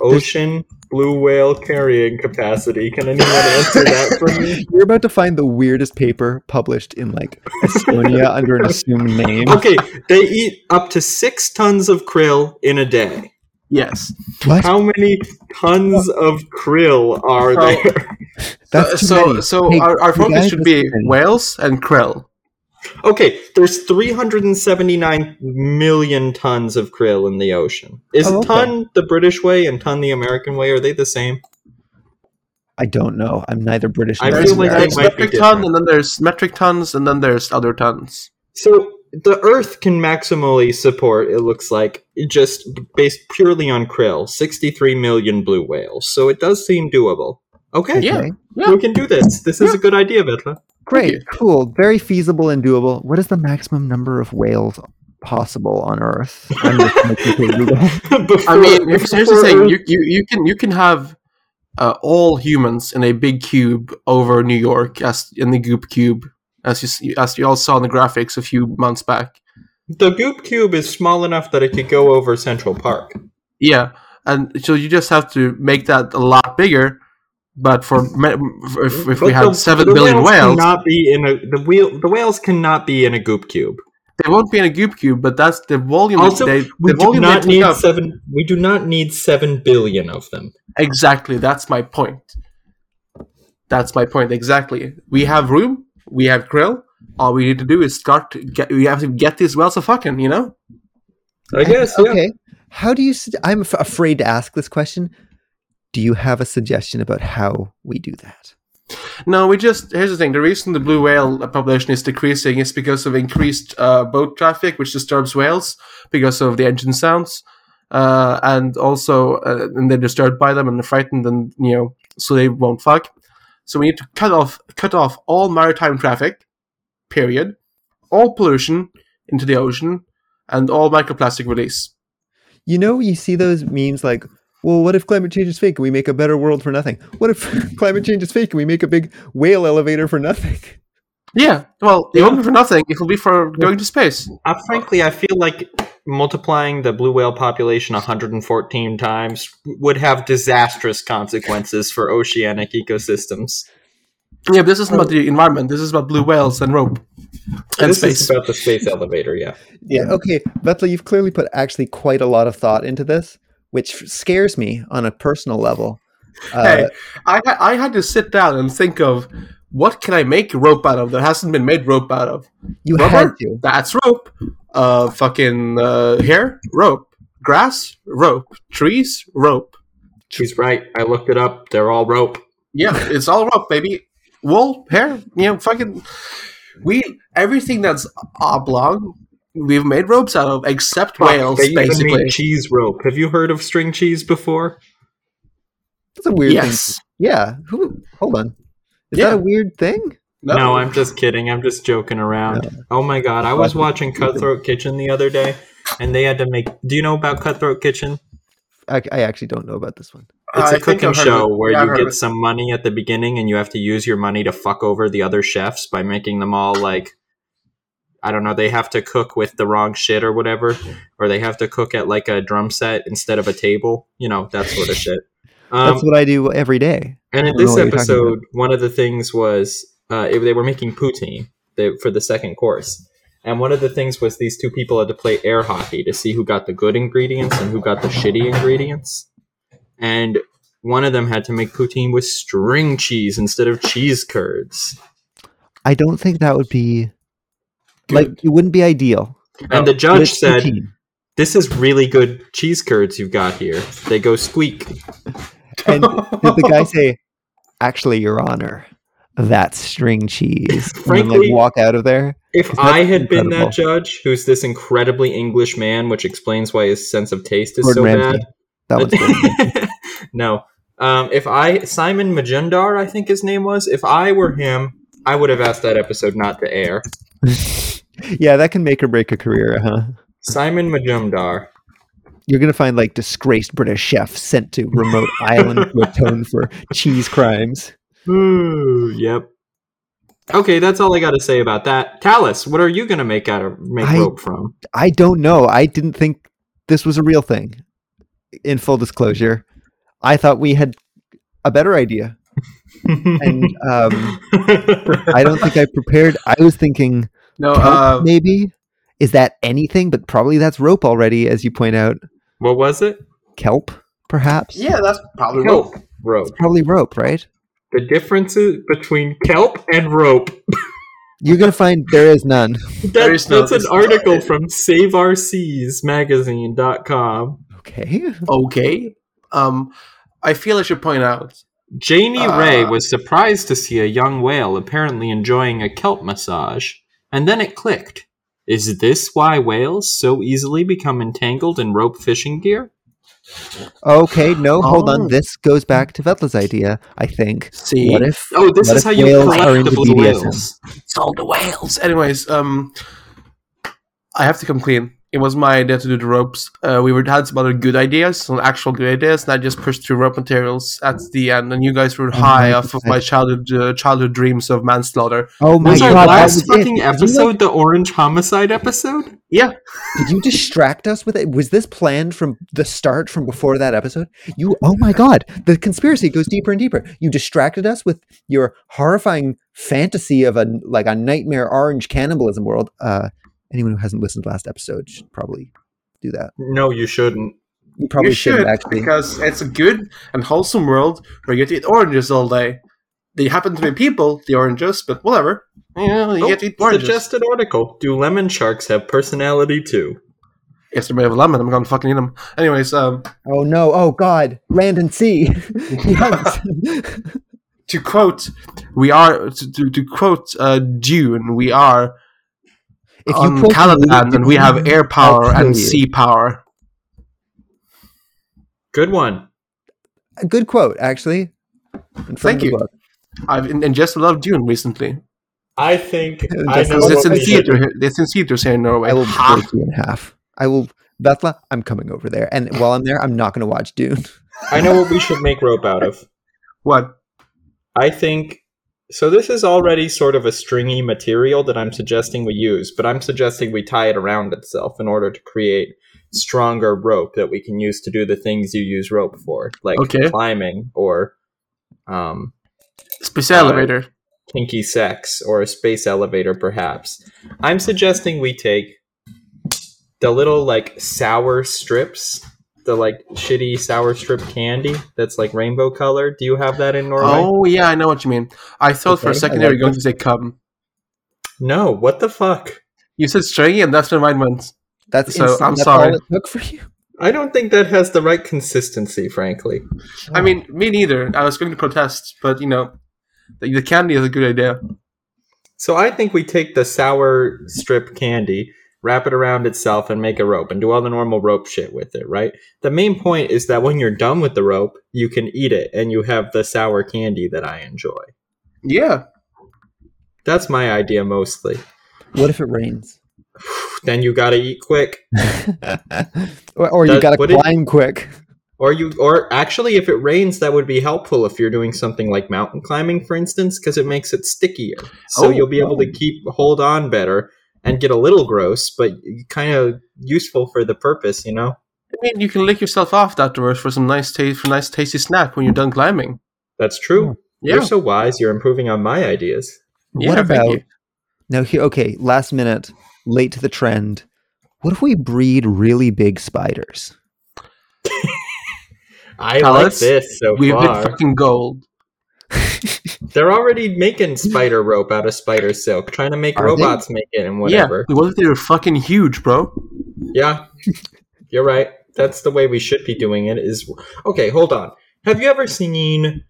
Speaker 3: Ocean blue whale carrying capacity. Can anyone answer that for me?
Speaker 2: You're about to find the weirdest paper published in like
Speaker 1: (laughs)
Speaker 2: Estonia under an assumed
Speaker 3: (laughs)
Speaker 2: name.
Speaker 3: Okay, they eat up to six tons of krill in a day.
Speaker 1: Yes.
Speaker 2: What?
Speaker 3: How many tons of krill are
Speaker 1: So-
Speaker 3: there? (laughs)
Speaker 2: That's too
Speaker 1: so
Speaker 2: many.
Speaker 1: so
Speaker 2: Hey,
Speaker 1: our, our
Speaker 2: you
Speaker 1: focus
Speaker 2: guys
Speaker 1: should be
Speaker 2: listen.
Speaker 1: whales and krill.
Speaker 3: Okay, there's 379 million tons of krill in the ocean. Is
Speaker 2: Oh, okay.
Speaker 3: ton the British way and ton the American way? Are they the same?
Speaker 2: I don't know. I'm neither British.
Speaker 3: I
Speaker 2: nor
Speaker 3: feel like
Speaker 2: American.
Speaker 1: there's
Speaker 3: they might be
Speaker 1: metric ton,
Speaker 3: different.
Speaker 1: and then there's metric tons, and then there's other tons.
Speaker 3: So the Earth can maximally support, it looks like, just based purely on krill, 63 million blue whales. So it does seem doable. Okay,
Speaker 1: Yeah.
Speaker 2: Okay.
Speaker 1: Yeah.
Speaker 3: we can do this. This is a good idea, (laughs) Vetla.
Speaker 1: you.
Speaker 2: Great. Cool. Very feasible and doable. What is the maximum number of whales possible on Earth? I'm just gonna completely go-
Speaker 1: (laughs) I mean, if, here's the thing: you, you you can you can have uh, all humans in a big cube over New York as in the Goop Cube, as you see- as you all saw in the graphics a few months back.
Speaker 3: the Goop Cube is small enough that it could go over Central Park.
Speaker 1: Yeah, and so you just have to make that a lot bigger. But for me- if, if we
Speaker 3: But
Speaker 1: had
Speaker 3: the-
Speaker 1: seven
Speaker 3: the
Speaker 1: billion whales,
Speaker 3: whales cannot be in a the wheel the whales cannot be in a goop cube.
Speaker 1: They won't be in a Goop Cube, but that's the volume.
Speaker 3: Also,
Speaker 1: they,
Speaker 3: we
Speaker 1: the
Speaker 3: do
Speaker 1: volume they
Speaker 3: not
Speaker 1: took
Speaker 3: need
Speaker 1: up-
Speaker 3: seven. We do not need seven billion of them.
Speaker 1: Exactly. That's my point. That's my point. Exactly. We have room. We have grill. All we need to do is start. To get, we have to get these wells a fucking. You know.
Speaker 3: I guess. yeah.
Speaker 2: Okay. How do you? sug- I'm af- afraid to ask this question. Do you have a suggestion about how we do that?
Speaker 1: No, we just here's the thing. The reason the blue whale population is decreasing is because of increased uh, boat traffic, which disturbs whales because of the engine sounds, uh, and also uh, and they're disturbed by them and they're frightened, and you know, so they won't fuck. So we need to cut off cut off all maritime traffic, period, all pollution into the ocean, and all microplastic release.
Speaker 2: You know, you see those memes like, "Well, what if climate change is fake and we make a better world for nothing? What if (laughs) climate change is fake and we make a big whale elevator for nothing?"
Speaker 1: Yeah, well, it won't be for nothing. It will be for going to space.
Speaker 3: I, frankly, I feel like multiplying the blue whale population 114 times would have disastrous consequences for oceanic ecosystems.
Speaker 1: Yeah, but this isn't about the environment. This is about blue whales and rope and
Speaker 3: Oh. this
Speaker 1: space.
Speaker 3: is about the space elevator. Yeah.
Speaker 1: Yeah.
Speaker 2: (laughs) Okay, Vetla, you've clearly put actually quite a lot of thought into this, which scares me on a personal level. Uh,
Speaker 1: hey, I ha- I had to sit down and think of what can I make rope out of that hasn't been made rope out of.
Speaker 2: you had
Speaker 1: Rubber,
Speaker 2: to.
Speaker 1: that's rope. Uh, fucking uh, hair, rope. Grass, rope. Trees, rope.
Speaker 3: She's right. I looked it up. They're all rope. (laughs)
Speaker 1: Yeah, it's all rope, baby. Wool, hair, you know, fucking. We everything that's oblong, we've made ropes out of, except whales,
Speaker 3: They even made
Speaker 1: basically.
Speaker 3: cheese rope. Have you heard of string cheese before?
Speaker 2: That's a weird thing.
Speaker 1: Yes.
Speaker 2: Yeah. Who, hold on. Is
Speaker 1: Yeah.
Speaker 2: that a weird thing?
Speaker 3: No, I'm just kidding. I'm just joking around. Oh my god, I was watching Cutthroat Kitchen the other day, and they had to make. Do you know about Cutthroat Kitchen?
Speaker 2: I, I actually don't know about this one.
Speaker 3: It's
Speaker 1: Uh, I think
Speaker 3: a
Speaker 1: I've
Speaker 3: cooking
Speaker 1: heard of
Speaker 3: show
Speaker 1: it.
Speaker 3: where
Speaker 1: Yeah, I've
Speaker 3: you
Speaker 1: heard of
Speaker 3: get
Speaker 1: it.
Speaker 3: some money at the beginning and you have to use your money to fuck over the other chefs by making them all like I don't know, they have to cook with the wrong shit or whatever, or they have to cook at like a drum set instead of a table, you know, that sort of shit. Um,
Speaker 2: That's what I do every day.
Speaker 3: and in
Speaker 2: I don't know
Speaker 3: this
Speaker 2: what you're talking
Speaker 3: episode, one of the things was uh, it- they were making poutine they, for the second course. And one of the things was these two people had to play air hockey to see who got the good ingredients and who got the shitty ingredients. And one of them had to make poutine with string cheese instead of cheese curds.
Speaker 2: I don't think that would be
Speaker 1: Good.
Speaker 2: like it wouldn't be ideal.
Speaker 3: And the
Speaker 2: but
Speaker 3: judge
Speaker 2: it's
Speaker 3: said,
Speaker 2: poutine.
Speaker 3: This is really good cheese curds you've got here. They go squeak.
Speaker 2: and did the guy say, "Actually, Your Honor, that's
Speaker 3: (laughs)
Speaker 2: string cheese." and then, like
Speaker 3: Frankly-
Speaker 2: walk out of there.
Speaker 3: If
Speaker 2: That's
Speaker 3: I had been
Speaker 2: incredible.
Speaker 3: that judge, who's this incredibly English man, which explains why his sense of taste is
Speaker 2: Gordon
Speaker 3: so
Speaker 2: Ramsay.
Speaker 3: bad,
Speaker 2: That
Speaker 3: (laughs)
Speaker 2: was (laughs) good.
Speaker 3: no. Um, if I Simon Majendar, I think his name was. If I were him, I would have asked that episode not to air.
Speaker 2: yeah, that can make or break a career, huh?
Speaker 3: Simon Majendar.
Speaker 2: You're gonna find like disgraced British chef sent to
Speaker 3: (laughs)
Speaker 2: remote island to atone for cheese crimes.
Speaker 1: Hmm,
Speaker 3: yep. Okay, that's all I got to say about that. Talus, what are you gonna make out of make
Speaker 2: I-
Speaker 3: rope
Speaker 1: (laughs)
Speaker 3: from?
Speaker 2: I don't know. I didn't think this was a real thing. In full disclosure, I thought we had a better idea,
Speaker 1: (laughs)
Speaker 2: and um, I don't think I prepared. I was thinking
Speaker 1: No,
Speaker 2: rope,
Speaker 1: uh,
Speaker 2: maybe is that anything? But probably that's rope already, as you point out.
Speaker 3: what was it?
Speaker 2: Kelp, perhaps.
Speaker 1: yeah, that's probably rope.
Speaker 3: Kelp rope.
Speaker 2: Probably rope, right?
Speaker 3: The differences between kelp and rope.
Speaker 2: You're gonna find there is none.
Speaker 3: That,
Speaker 1: There is
Speaker 3: that's
Speaker 1: no-
Speaker 3: an
Speaker 1: it's-
Speaker 3: article from SaveOurSeasMagazine.com.
Speaker 2: Okay.
Speaker 1: okay. Um, I feel I should point out.
Speaker 3: Janie
Speaker 1: Uh,
Speaker 3: Ray was surprised to see a young whale apparently enjoying a kelp massage, and then it clicked. Is this why whales so easily become entangled in rope fishing gear?
Speaker 2: Okay, no, hold
Speaker 1: Oh.
Speaker 2: on. This goes back to Vetla's idea, I think.
Speaker 1: See,
Speaker 2: What if?
Speaker 3: Oh, this
Speaker 2: What
Speaker 3: is
Speaker 2: if
Speaker 3: how you
Speaker 2: whales are
Speaker 3: collect the
Speaker 2: into
Speaker 3: blue
Speaker 2: BDSM?
Speaker 3: whales.
Speaker 1: it's all the whales. Anyways, um, I have to come clean. It was my idea to do the ropes. Uh, we were had some other good ideas, some actual good ideas, and I just pushed through rope materials at the end. And you guys were
Speaker 2: Mm-hmm.
Speaker 1: high off of my childhood uh, childhood dreams of manslaughter.
Speaker 2: Oh my
Speaker 3: Was our
Speaker 2: god! that
Speaker 3: last
Speaker 2: was it.
Speaker 3: fucking
Speaker 2: Did you,
Speaker 3: episode
Speaker 2: like-
Speaker 3: the orange homicide episode?
Speaker 2: did you distract us with it? Was this planned from the start, from before that episode? You. Oh my god! The conspiracy goes deeper and deeper. You distracted us with your horrifying fantasy of a like a nightmare orange cannibalism world. Uh, anyone who hasn't listened to last episode should probably do that.
Speaker 3: No, you shouldn't.
Speaker 2: You probably
Speaker 1: you should,
Speaker 2: shouldn't actually.
Speaker 1: because it's a good and wholesome world where you get to eat oranges all day. They happen to be people, the oranges, but whatever. You know, you
Speaker 3: Oh,
Speaker 1: get to eat oranges.
Speaker 3: Suggested article. Do lemon sharks have personality too?
Speaker 1: yes, they're made of lemon. I'm gonna fucking eat them. Anyways, um,
Speaker 2: Oh no! Oh God! Land and sea. (laughs)
Speaker 1: (laughs)
Speaker 2: Yes.
Speaker 1: to quote, we are to, to, to quote uh, June. We are
Speaker 2: if
Speaker 1: on
Speaker 2: quote
Speaker 1: Caladan,
Speaker 2: Luke,
Speaker 1: and we
Speaker 2: (laughs)
Speaker 1: have air power
Speaker 2: kill
Speaker 1: and
Speaker 2: you.
Speaker 1: sea power.
Speaker 3: Good one.
Speaker 2: a good quote actually. In front
Speaker 1: Thank
Speaker 2: of the
Speaker 1: you.
Speaker 2: book.
Speaker 1: I've in- ingested a lot of Dune recently
Speaker 3: I think I
Speaker 2: That's-
Speaker 3: know
Speaker 1: because it's
Speaker 3: what
Speaker 1: in
Speaker 3: we should
Speaker 1: theater. It's in theaters here in Norway.
Speaker 2: I will
Speaker 1: Ha!
Speaker 2: break you in half. I will, Bethla. I'm coming over there, and while I'm there, I'm not going to watch Dune. (laughs)
Speaker 3: I know what we should make rope out of.
Speaker 1: What?
Speaker 3: I think so. This is already sort of a stringy material that I'm suggesting we use, but I'm suggesting we tie it around itself in order to create stronger rope that we can use to do the things you use rope for, like
Speaker 1: Okay.
Speaker 3: climbing or um,
Speaker 1: Space
Speaker 3: Uh,
Speaker 1: elevator.
Speaker 3: kinky sex or a space elevator, perhaps. I'm suggesting we take the little like sour strips, the like shitty sour strip candy that's like rainbow color. Do you have that in Norway?
Speaker 1: Oh yeah, I know what you mean. I thought for a
Speaker 2: Okay,
Speaker 1: second
Speaker 2: I
Speaker 1: you were
Speaker 2: like
Speaker 1: going to say cum.
Speaker 3: No, what the fuck?
Speaker 1: You said stringy, and that's where mine went.
Speaker 2: That's
Speaker 1: So,
Speaker 2: instant.
Speaker 1: I'm
Speaker 2: That's
Speaker 1: sorry.
Speaker 2: all it took for you.
Speaker 3: I don't think that has the right consistency, frankly.
Speaker 2: Oh.
Speaker 1: I mean, me neither. I was going to protest, but you know, the, the candy is a good idea.
Speaker 3: So I think we take the sour strip candy, wrap it around itself, and make a rope and do all the normal rope shit with it, right? The main point is that when you're done with the rope, you can eat it and you have the sour candy that I enjoy.
Speaker 1: Yeah,
Speaker 3: That's my idea mostly.
Speaker 2: What if
Speaker 1: (laughs)
Speaker 2: it rains? (laughs)
Speaker 3: Then you gotta eat quick.
Speaker 2: or or you
Speaker 3: That-
Speaker 2: got to
Speaker 3: what did-
Speaker 2: climb quick.
Speaker 3: Or you or actually if it rains, that would be helpful if you're doing something like mountain climbing, for instance, because it makes it stickier. So
Speaker 1: Oh,
Speaker 3: you'll be able to keep hold on better and get a little gross, but kind of useful for the purpose, you know?
Speaker 1: I mean, you can lick yourself off afterwards for some nice taste for a nice tasty snack when you're done climbing.
Speaker 3: That's true.
Speaker 1: Hmm, Yeah,
Speaker 3: You're so wise. You're improving on my ideas.
Speaker 1: yeah.
Speaker 2: what
Speaker 1: thank
Speaker 2: about
Speaker 1: you.
Speaker 2: now? Here, okay. Last minute, late to the trend. What if we breed really big spiders?
Speaker 3: I
Speaker 1: Pellets,
Speaker 3: like this so
Speaker 1: We've
Speaker 3: far.
Speaker 1: been fucking gold.
Speaker 3: They're already making spider rope out of spider silk, trying to make
Speaker 2: Are
Speaker 3: robots make it and whatever.
Speaker 1: Yeah, what if they were fucking huge, bro?
Speaker 3: Yeah. you're right. That's the way we should be doing it. Is okay. Hold on. Have you ever seen,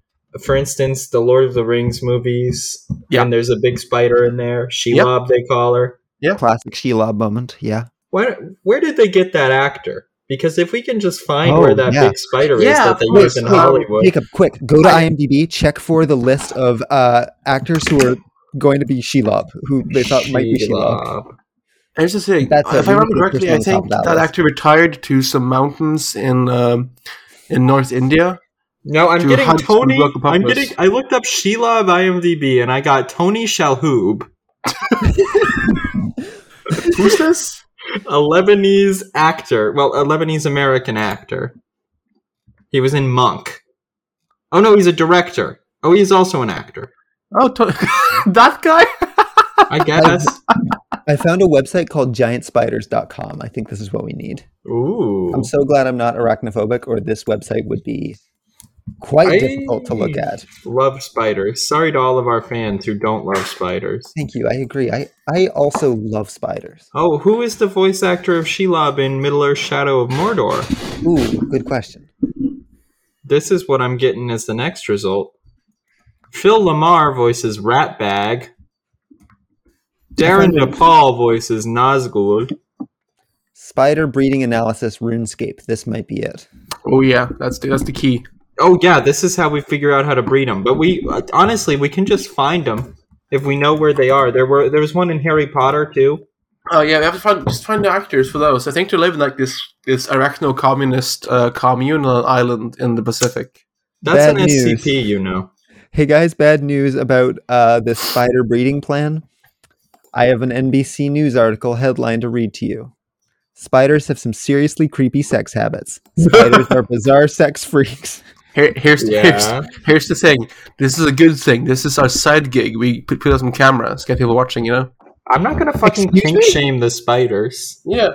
Speaker 3: for instance, the Lord of the Rings movies?
Speaker 1: Yeah.
Speaker 3: And there's a big spider in there. Shelob, they call her.
Speaker 2: Classic Shelob moment. Yeah.
Speaker 3: Where where did they get that actor? Because if we can just find
Speaker 2: Oh,
Speaker 3: where that
Speaker 2: yeah.
Speaker 3: big spider is
Speaker 1: Yeah,
Speaker 3: that they
Speaker 1: of course.
Speaker 3: use in
Speaker 1: Um,
Speaker 3: Hollywood,
Speaker 2: Jacob, quick, go to IMDb, check for the list of uh, actors who are going to be Shelob, who they thought might be Shelob.
Speaker 3: Shelob.
Speaker 1: Here's the thing.
Speaker 2: That's a
Speaker 1: if I remember
Speaker 2: really good
Speaker 1: correctly,
Speaker 2: person
Speaker 1: I
Speaker 2: on top
Speaker 1: think
Speaker 2: of
Speaker 1: that,
Speaker 2: that list.
Speaker 1: actor retired to some mountains in um, in North India.
Speaker 3: No, I'm
Speaker 1: to
Speaker 3: getting
Speaker 1: hunt
Speaker 3: Tony.
Speaker 1: Rook of
Speaker 3: I'm
Speaker 1: Puppets.
Speaker 3: getting. I looked up Sheila of IMDb, and I got Tony Shalhoub,
Speaker 1: Who's this?
Speaker 3: a Lebanese actor. Well, a Lebanese American actor. He was in Monk. Oh no, he's a director. Oh, he's also an actor.
Speaker 1: Oh, to- (laughs) that guy.
Speaker 3: I guess.
Speaker 2: I found a website called giantspiders.com. I think this is what we need.
Speaker 3: Ooh.
Speaker 2: I'm so glad I'm not arachnophobic, or this website would be quite
Speaker 3: I-
Speaker 2: difficult to look at.
Speaker 3: Love spiders. Sorry to all of our fans who don't love spiders.
Speaker 2: Thank you. I agree. I, I also love spiders.
Speaker 3: Oh, who is the voice actor of Shelob in Middle Earth Shadow of Mordor?
Speaker 2: Ooh, good question.
Speaker 3: This is what I'm getting as the next result. Phil Lamar voices Ratbag. Darren DePaul voices Nazgul.
Speaker 2: Spider breeding analysis RuneScape. This might be it.
Speaker 1: Oh yeah, that's the, that's the key.
Speaker 3: Oh yeah, this is how we figure out how to breed them. But we honestly, we can just find them if we know where they are. There were there was one in Harry Potter too.
Speaker 1: Oh yeah, we have to find just find the actors for those. I think they live in like this this arachno communist uh, communal island in the Pacific.
Speaker 3: That's
Speaker 2: Bad
Speaker 3: an
Speaker 2: news.
Speaker 3: SCP, you know.
Speaker 2: Hey guys, bad news about uh, this spider breeding plan. I have an NBC News article headline to read to you. Spiders have some seriously creepy sex habits. Spiders are bizarre sex freaks.
Speaker 1: Here, here's, here's
Speaker 3: Yeah.
Speaker 1: here's the thing. This is a good thing. This is our side gig. We put put out some cameras, get people watching. You know.
Speaker 3: I'm not gonna fucking
Speaker 2: Excuse
Speaker 3: kink
Speaker 2: me?
Speaker 3: shame the spiders.
Speaker 1: Yeah.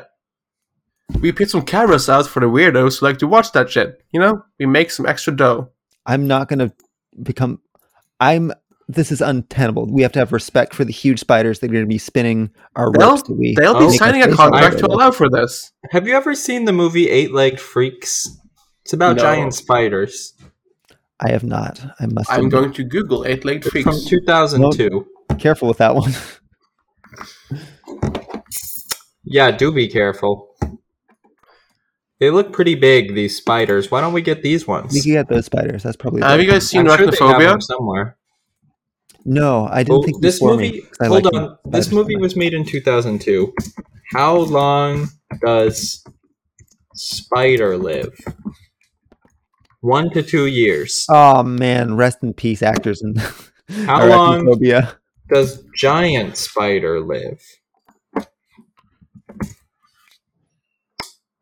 Speaker 1: We put some cameras out for the weirdos who like to watch that shit. You know, we make some extra dough.
Speaker 2: I'm not going to become. I'm. This is untenable. We have to have respect for the huge spiders that are going to be spinning our
Speaker 1: They'll-
Speaker 2: ropes. That we
Speaker 1: They'll be
Speaker 3: Oh.
Speaker 2: make our
Speaker 1: signing a
Speaker 2: faces
Speaker 1: contract
Speaker 2: out
Speaker 1: to
Speaker 2: of.
Speaker 1: allow for this.
Speaker 3: Have you ever seen the movie Eight Legged Freaks? It's about
Speaker 1: No.
Speaker 3: giant spiders
Speaker 2: I have not. I must.
Speaker 1: I'm
Speaker 2: admit.
Speaker 1: going to Google eight legged
Speaker 3: from
Speaker 1: freaks.
Speaker 3: 2002.
Speaker 2: careful with
Speaker 3: (laughs)
Speaker 2: that one.
Speaker 3: Yeah, do be careful. They look pretty big, these spiders. Why don't we get these ones?
Speaker 2: we can get those spiders. That's probably.
Speaker 1: Have you guys seen
Speaker 3: I'm sure they have
Speaker 1: Arachnophobia?
Speaker 3: them somewhere.
Speaker 2: no, I didn't
Speaker 3: Well,
Speaker 2: think
Speaker 3: this
Speaker 2: before me,
Speaker 3: movie.
Speaker 2: 'cause I
Speaker 3: hold
Speaker 2: like
Speaker 3: on.
Speaker 2: them.
Speaker 3: This movie was made in 2002. How long does Spider live? One to two years.
Speaker 2: Oh man, rest in (laughs) peace, actors and
Speaker 3: How long-
Speaker 2: arachnophobia.
Speaker 3: does Giant Spider live?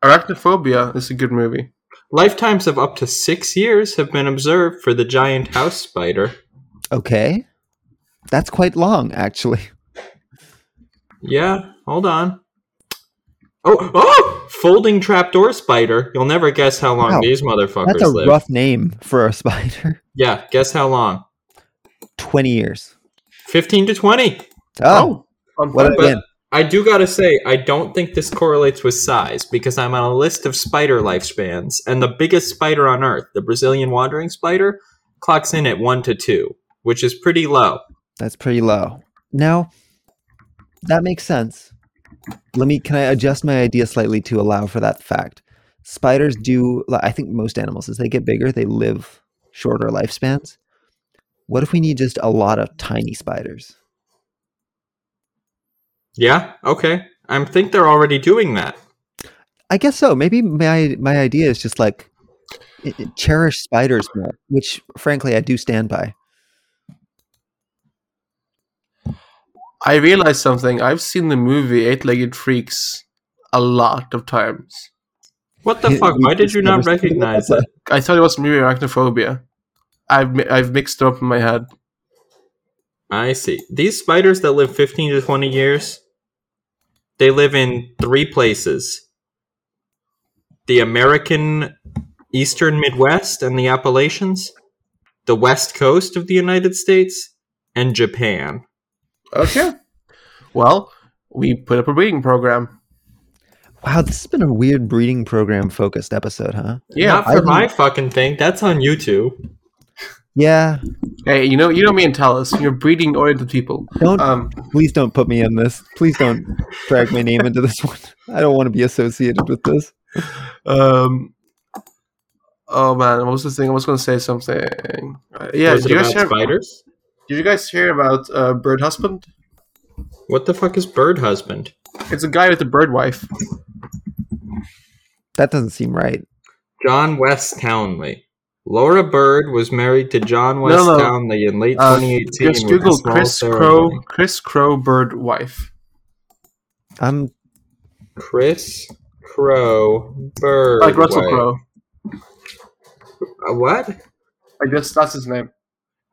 Speaker 1: Arachnophobia is a good movie.
Speaker 3: Lifetimes of up to six years have been observed for the giant house spider.
Speaker 2: Okay, that's quite long, actually.
Speaker 3: Yeah, hold on. Oh, oh! Folding trapdoor spider. You'll never guess how long
Speaker 2: Wow,
Speaker 3: these motherfuckers
Speaker 2: That's a
Speaker 3: live.
Speaker 2: rough name for a (laughs) spider.
Speaker 3: yeah, guess how long?
Speaker 2: Twenty years.
Speaker 3: 15 to 20.
Speaker 2: Oh,
Speaker 1: On
Speaker 2: what a
Speaker 1: purpose.
Speaker 3: but-
Speaker 2: win!
Speaker 3: I do gotta say, I don't think this correlates with size because I'm on a list of spider lifespans, and the biggest spider on Earth, the Brazilian wandering spider, clocks in at 1 to 2, which is pretty low.
Speaker 2: That's pretty low. Now, that makes sense. Let me. Can I adjust my idea slightly to allow for that fact? Spiders do. li- I think most animals, as they get bigger, they live shorter lifespans. What if we need just a lot of tiny spiders?
Speaker 3: Yeah, okay. I think they're already doing that.
Speaker 2: I guess so. Maybe my my idea is just like i- i- cherish spiders more, which frankly I do stand by.
Speaker 1: I realized something. I've seen the movie Eight Legged Freaks a lot of times.
Speaker 3: What the
Speaker 2: Yeah,
Speaker 3: fuck?
Speaker 2: we
Speaker 3: Why did
Speaker 2: just
Speaker 3: you
Speaker 2: never
Speaker 3: not
Speaker 2: said it.
Speaker 3: recognize it?
Speaker 1: I thought it was the movie Arachnophobia. I've mi- I've mixed it up in my head.
Speaker 3: I see. These spiders that live 15 to 20 years, they live in three places the American Eastern Midwest and the Appalachians, the West Coast of the United States, and Japan.
Speaker 1: Okay. well, we put up a breeding program.
Speaker 2: Wow, this has been a weird breeding program focused episode, huh?
Speaker 1: Yeah.
Speaker 3: Not for
Speaker 2: I
Speaker 3: my fucking thing. That's on YouTube.
Speaker 2: Yeah.
Speaker 1: hey, you know you know me and Talos. You're breeding oriented people.
Speaker 2: Don't
Speaker 1: Um,
Speaker 2: please don't put me in this. Please don't drag my name into this one. I don't want to be associated with this.
Speaker 1: um. Oh man, what was the thing? I was going to say something. Uh, yeah,
Speaker 3: Was
Speaker 1: did
Speaker 3: it
Speaker 1: you guys
Speaker 3: about
Speaker 1: hear?
Speaker 3: spiders?
Speaker 1: Did you guys hear about uh, Bird Husband?
Speaker 3: What the fuck is Bird Husband?
Speaker 1: It's a guy with a bird wife.
Speaker 2: That doesn't seem right.
Speaker 3: John West Townley. Laura Bird was married to John West
Speaker 1: no.
Speaker 3: Townley in late
Speaker 1: Uh,
Speaker 3: 2018.
Speaker 1: Just
Speaker 3: with a
Speaker 1: Google
Speaker 3: small
Speaker 1: Chris Crow,
Speaker 3: ceremony.
Speaker 1: Chris Crow bird wife.
Speaker 2: I'm
Speaker 3: Chris Crow Bird.
Speaker 1: like Russell
Speaker 3: Wife.
Speaker 1: Crowe.
Speaker 3: Uh, What?
Speaker 1: I guess that's his name.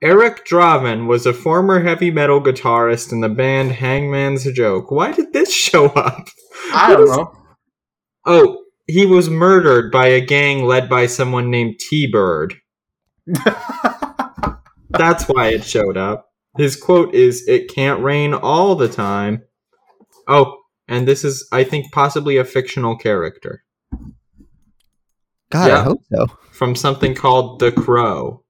Speaker 3: Eric Draven was a former heavy metal guitarist in the band Hangman's Joke. Why did this (laughs) show up?
Speaker 1: I don't know.
Speaker 3: Oh, he was murdered by a gang led by someone named T
Speaker 1: (laughs)
Speaker 3: Bird. That's why it showed up. His quote is, It can't rain all the time. Oh, and this is, I think, possibly a fictional character
Speaker 2: God,
Speaker 3: Yeah.
Speaker 2: I hope so.
Speaker 3: from something called The Crow.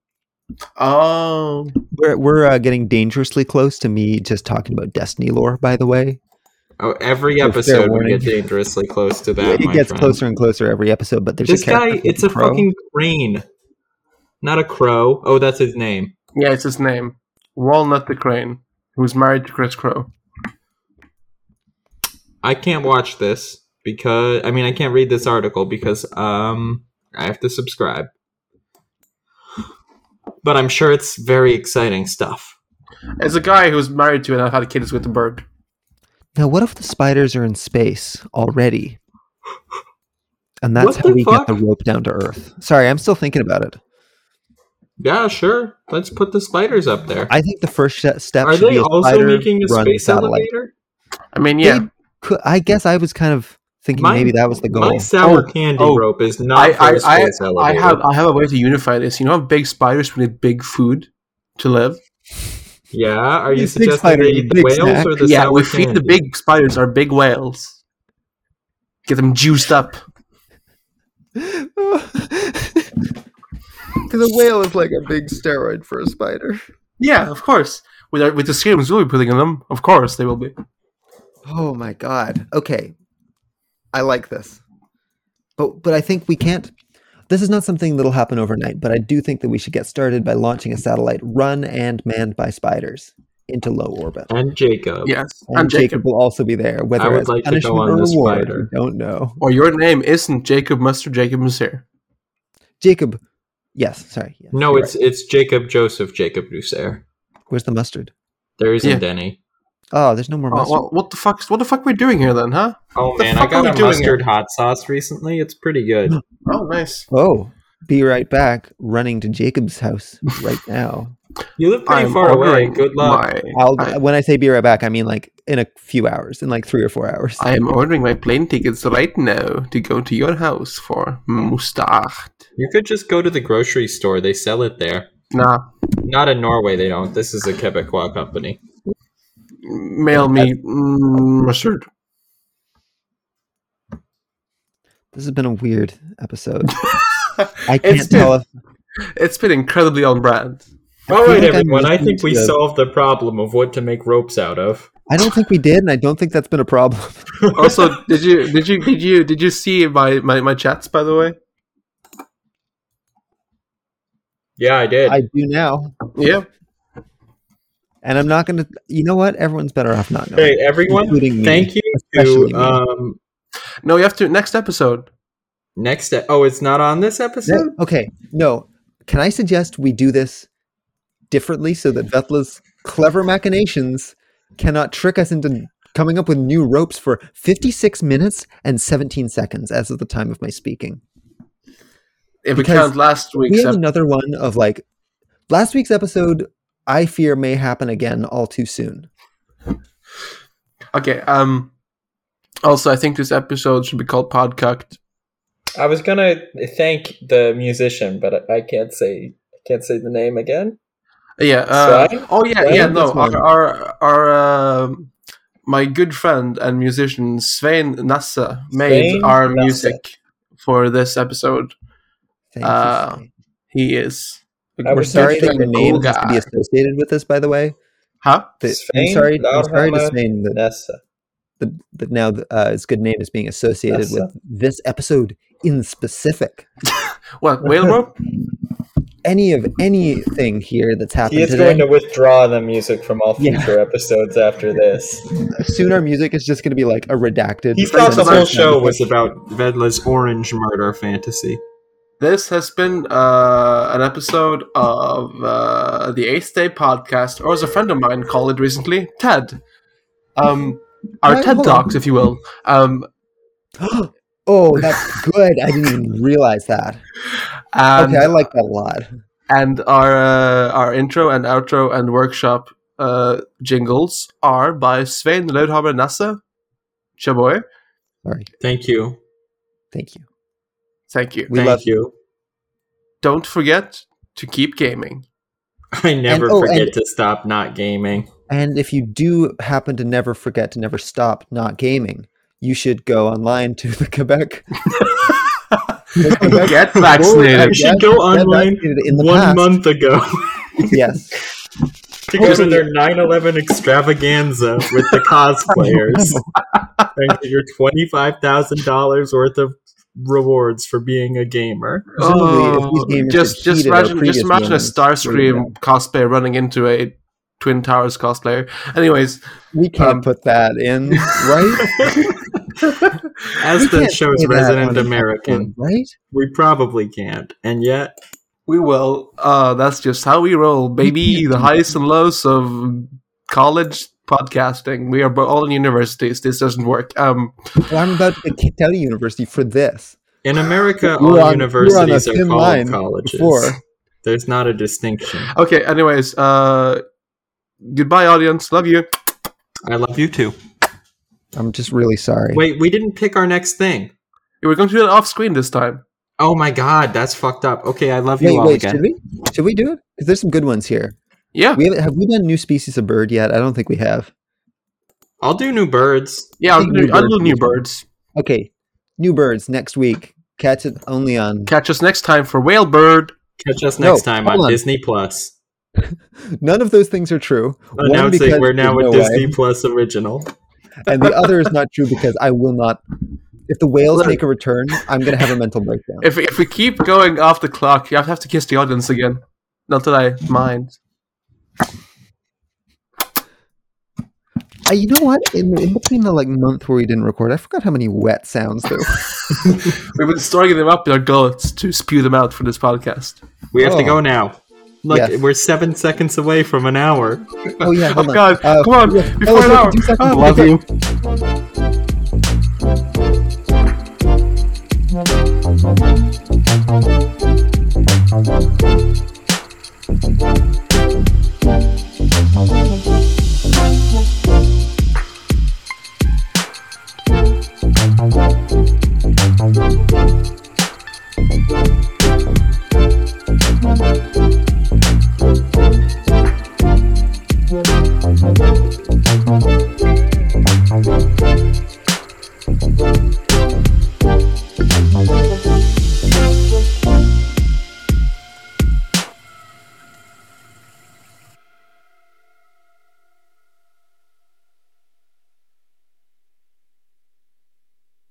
Speaker 1: Oh,
Speaker 2: We're we're uh, getting dangerously close to me just talking about Destiny lore, by the way.
Speaker 3: Oh, every
Speaker 2: Fair
Speaker 3: episode we
Speaker 2: warning.
Speaker 3: get dangerously close to that.
Speaker 2: it
Speaker 3: my
Speaker 2: gets
Speaker 3: friend.
Speaker 2: closer and closer every episode, but there's
Speaker 3: This
Speaker 2: a character
Speaker 3: guy,
Speaker 2: called
Speaker 3: it's a
Speaker 2: Crow.
Speaker 3: fucking crane, not a crow. Oh, that's his name.
Speaker 1: yeah, it's his name. Walnut the Crane, who's married to Chris Crow.
Speaker 3: I can't watch this because I mean I can't read this article because um I have to subscribe. But I'm sure it's very exciting stuff.
Speaker 1: It's a guy who's married to and I've had kids with a bird.
Speaker 2: Now, what if the spiders are in space already? And that's
Speaker 3: What
Speaker 2: how
Speaker 3: the
Speaker 2: we
Speaker 3: fuck?
Speaker 2: get the rope down to Earth. Sorry, I'm still thinking about it.
Speaker 3: Yeah, sure. Let's put the spiders up there.
Speaker 2: I think the first sh- step
Speaker 3: Are
Speaker 2: should
Speaker 3: they
Speaker 2: be a
Speaker 3: also
Speaker 2: spider
Speaker 3: making a
Speaker 2: run
Speaker 3: space
Speaker 2: satellite.
Speaker 3: elevator?
Speaker 1: I mean, yeah,
Speaker 2: They could, I guess I was kind of thinking
Speaker 3: My-
Speaker 2: maybe that was the goal. (laughs)
Speaker 3: My sour
Speaker 1: Oh,
Speaker 3: candy
Speaker 1: oh.
Speaker 3: rope is
Speaker 1: I-
Speaker 3: not
Speaker 1: I-
Speaker 3: for the space
Speaker 1: I
Speaker 3: elevator.
Speaker 1: have I have a way to unify this. You know how big spiders need big food to live.
Speaker 3: Yeah, are you
Speaker 2: These big
Speaker 3: suggesting
Speaker 2: spiders,
Speaker 3: they eat
Speaker 2: big
Speaker 3: whales
Speaker 2: snack.
Speaker 3: or the
Speaker 1: yeah,
Speaker 3: sour
Speaker 1: we feed
Speaker 3: candy?
Speaker 1: the big spiders our big whales. Get them juiced up.
Speaker 2: the whale is like a big steroid for a spider.
Speaker 1: Yeah, of course. With our, with the serums we'll be putting on them, of course they will be.
Speaker 2: Oh my god. Okay. I like this. But but I think we can't this is not something that'll happen overnight, but I do think that we should get started by launching a satellite run and manned by spiders into low orbit.
Speaker 3: and Jacob.
Speaker 1: Yes,
Speaker 2: And
Speaker 1: I'm
Speaker 2: Jacob.
Speaker 1: Jacob.
Speaker 2: will also be there, whether
Speaker 3: would
Speaker 2: as
Speaker 3: like to go
Speaker 2: punishment
Speaker 3: on
Speaker 2: or
Speaker 3: the
Speaker 2: reward. we
Speaker 3: spider.
Speaker 2: don't know.
Speaker 1: Or your name isn't Jacob Mustard. Jacob is here.
Speaker 2: Jacob. Yes, sorry. Yes,
Speaker 3: No,
Speaker 2: you're
Speaker 3: it's it's Jacob Joseph Jacob Dusair.
Speaker 2: right. where's the mustard?
Speaker 3: There isn't
Speaker 1: Yeah.
Speaker 3: any.
Speaker 2: Oh, there's no more
Speaker 1: Oh,
Speaker 2: mustard.
Speaker 1: well, what the fuck? What the fuck we doing here then, huh?
Speaker 3: Oh
Speaker 1: the
Speaker 3: man, I
Speaker 1: fuck
Speaker 3: got
Speaker 1: are we
Speaker 3: a
Speaker 1: doing
Speaker 3: mustard hot sauce recently. It's pretty good.
Speaker 1: Oh, nice.
Speaker 2: oh, be right back. Running to Jacob's house right
Speaker 1: (laughs)
Speaker 2: now.
Speaker 3: You live pretty far away.
Speaker 1: ordering
Speaker 3: Good luck.
Speaker 1: my-
Speaker 2: I'll,
Speaker 1: I-
Speaker 2: when I say be right back, I mean like in a few hours, in like three or four hours.
Speaker 1: I am ordering my plane tickets right now to go to your house for mustard.
Speaker 3: You could just go to the grocery store. They sell it there.
Speaker 1: Nah,
Speaker 3: Not in Norway, they don't. This is a Quebecois company.
Speaker 1: mail me mm, mustard.
Speaker 2: This has been a weird
Speaker 1: (laughs)
Speaker 2: episode. I
Speaker 1: It's
Speaker 2: can't tell if
Speaker 1: It's been incredibly on brand.
Speaker 3: All right,
Speaker 2: like I'm
Speaker 3: everyone. I
Speaker 2: listening
Speaker 3: think
Speaker 2: to
Speaker 3: we
Speaker 2: the-
Speaker 3: solved the problem of what to make ropes out of.
Speaker 2: I don't think we did, and I don't think that's been a problem.
Speaker 1: Also, did you did you did you did you see my my, my chats by the way?
Speaker 3: Yeah, I did.
Speaker 2: (laughs) I do now,
Speaker 1: Yeah.
Speaker 2: and I'm not going to. You know what? Everyone's better off not knowing.
Speaker 3: hey, everyone.
Speaker 2: including me.
Speaker 3: Thank you
Speaker 2: especially
Speaker 3: to
Speaker 2: me.
Speaker 3: um,
Speaker 1: No, you have to next episode.
Speaker 3: next. E- oh, it's not on this episode.
Speaker 2: No, okay, no. Can I suggest we do this differently so that Vetla's clever machinations cannot trick us into coming up with new ropes for 56 minutes and 17 seconds as of the time of my speaking?
Speaker 1: If we
Speaker 2: Because
Speaker 1: count last
Speaker 2: we
Speaker 1: week's
Speaker 2: have
Speaker 1: ep-
Speaker 2: another one of like last week's episode. I fear may happen again all too soon.
Speaker 1: Okay, um also I think this episode should be called Podcucked.
Speaker 3: I was gonna thank the musician, but I I can't say I can't say the name again.
Speaker 1: Yeah. Uh,
Speaker 3: Sly?
Speaker 1: oh yeah,
Speaker 3: Sly?
Speaker 1: yeah, no.
Speaker 2: That's one.
Speaker 1: Our our, our um my good friend and musician Svein Nasse made
Speaker 3: Svein
Speaker 1: our
Speaker 3: Nasse.
Speaker 1: music for this episode.
Speaker 2: Thank
Speaker 1: Uh,
Speaker 2: you. Sally.
Speaker 1: He is
Speaker 3: I
Speaker 2: We're
Speaker 3: was
Speaker 2: sorry that
Speaker 3: thinking
Speaker 2: your
Speaker 3: a
Speaker 2: name
Speaker 1: cool
Speaker 2: has to
Speaker 1: guy.
Speaker 2: be associated with this, by the way.
Speaker 1: Huh?
Speaker 2: That- I'm
Speaker 3: Svein
Speaker 2: sorry, I'm sorry to
Speaker 3: Laurhammer
Speaker 2: Svein that,
Speaker 3: Nessa.
Speaker 2: that, that now uh, his good name is being associated
Speaker 3: Yes,
Speaker 2: with this episode in specific.
Speaker 1: What, whale
Speaker 2: (laughs)
Speaker 1: rope?
Speaker 2: Any of anything here that's happened
Speaker 3: He is
Speaker 2: today,
Speaker 3: going to withdraw the music from all
Speaker 2: Yeah.
Speaker 3: future episodes after
Speaker 2: (laughs)
Speaker 3: this.
Speaker 2: soon our music is just going to be like a redacted.
Speaker 3: He
Speaker 1: thought the
Speaker 3: thought the
Speaker 1: whole
Speaker 3: whole show
Speaker 2: (gasps)
Speaker 3: was about Vedla's orange murder fantasy.
Speaker 1: This has been uh, an episode of uh, the Eighth Day podcast, or as a friend of mine called it recently, TED. Um, our
Speaker 2: Right,
Speaker 1: TED
Speaker 2: hold on.
Speaker 1: Talks, if you will. Um,
Speaker 2: oh, that's good. I didn't even realize that.
Speaker 1: and,
Speaker 3: Um,
Speaker 2: okay, I like that a lot.
Speaker 1: and our uh, our intro and outro and workshop uh, jingles are by Svein Laudhaber Nasse. Chaboy,
Speaker 2: Sorry.
Speaker 3: Thank you.
Speaker 2: Thank you.
Speaker 1: thank you.
Speaker 2: We
Speaker 3: Thank
Speaker 2: love
Speaker 3: you. (laughs)
Speaker 1: Don't forget to keep gaming.
Speaker 3: I never
Speaker 2: oh,
Speaker 3: forget
Speaker 2: and-
Speaker 3: to stop not gaming.
Speaker 2: And if you do happen to never forget to never stop not gaming, you should go online to (laughs)
Speaker 3: (laughs)
Speaker 2: the Quebec. the
Speaker 1: (laughs)
Speaker 2: Quebec
Speaker 1: Get
Speaker 2: I
Speaker 3: I
Speaker 1: vaccinated.
Speaker 2: Yes,
Speaker 3: should go
Speaker 2: yes,
Speaker 3: online
Speaker 2: vaccinated in the
Speaker 3: one
Speaker 2: past.
Speaker 3: month ago
Speaker 2: yes.
Speaker 3: to go to their 9-11 extravaganza with the
Speaker 2: (laughs)
Speaker 3: cosplayers and get your $25,000 worth of rewards for being a gamer.
Speaker 2: Presumably, if these gamers
Speaker 1: Oh, just
Speaker 2: had
Speaker 1: just
Speaker 2: cheated our
Speaker 1: imagine just
Speaker 2: previous
Speaker 1: imagine a
Speaker 2: moments, they
Speaker 1: Starscream
Speaker 2: would
Speaker 1: cosplayer running into a Twin Towers cosplayer. Anyways,
Speaker 2: We can't
Speaker 1: Um,
Speaker 2: put that in, right?
Speaker 3: As
Speaker 2: We
Speaker 3: the
Speaker 2: can't
Speaker 3: show's
Speaker 2: say that
Speaker 3: resident
Speaker 2: on an
Speaker 3: American,
Speaker 2: right?
Speaker 3: we probably can't. And yet,
Speaker 1: we will. Uh, that's just how we roll, (laughs) baby. The highs and lows of college podcasting. We are bo- all in universities. This doesn't work. Um,
Speaker 2: Well, I'm about to kicked out of university for this.
Speaker 3: in America,
Speaker 2: We're
Speaker 3: all
Speaker 2: on-
Speaker 3: universities
Speaker 2: we're
Speaker 3: are
Speaker 2: on a thin
Speaker 3: called
Speaker 2: line
Speaker 3: colleges.
Speaker 2: before.
Speaker 3: There's not a distinction.
Speaker 1: okay. Anyways, uh, goodbye, audience. Love you.
Speaker 3: I love you too.
Speaker 2: I'm just really sorry.
Speaker 3: Wait, we didn't pick our next thing.
Speaker 1: We're going to do it off screen this time.
Speaker 3: Oh my god, that's fucked up. Okay, I love you
Speaker 2: wait,
Speaker 3: all
Speaker 2: wait.
Speaker 3: again.
Speaker 2: Should we? Should we do it? Because there's some good ones here.
Speaker 1: Yeah,
Speaker 2: We haven't, have we done new species of bird yet? I don't think we have.
Speaker 3: I'll do new birds.
Speaker 1: yeah. I'll
Speaker 2: think new
Speaker 1: do, I'll
Speaker 2: birds
Speaker 1: do new
Speaker 2: would be-
Speaker 1: birds.
Speaker 2: Okay, new birds next week. Catch it only on.
Speaker 1: Catch us next time for whale bird.
Speaker 3: Catch us
Speaker 2: No,
Speaker 3: next time on,
Speaker 2: hold on.
Speaker 3: Disney Plus.
Speaker 2: None of those things are true, One,
Speaker 3: Announcing
Speaker 2: because
Speaker 3: we're now a
Speaker 2: there's no way.
Speaker 3: Disney Plus original.
Speaker 2: and the other is not true because I will not. If the whales
Speaker 1: Look.
Speaker 2: make a return, I'm gonna have a mental breakdown.
Speaker 1: If if we keep going off the clock, you have to kiss the audience again. Not that I mind.
Speaker 2: Uh, you know what? In, in between the like month where we didn't record, I forgot how many wet sounds there. were.
Speaker 1: We've been storing them up in our gullets to spew them out for this podcast.
Speaker 3: We have to
Speaker 2: Oh.
Speaker 3: go now. Look,
Speaker 2: Yes.
Speaker 3: we're seven seconds away from an hour.
Speaker 2: Oh yeah,
Speaker 1: Oh
Speaker 2: hold
Speaker 1: (laughs)
Speaker 2: on.
Speaker 1: God!
Speaker 2: Uh,
Speaker 1: Come on!
Speaker 2: yeah.
Speaker 1: Before
Speaker 2: Oh,
Speaker 1: an
Speaker 2: so
Speaker 1: hour.
Speaker 2: two seconds.
Speaker 1: Oh,
Speaker 2: Love you.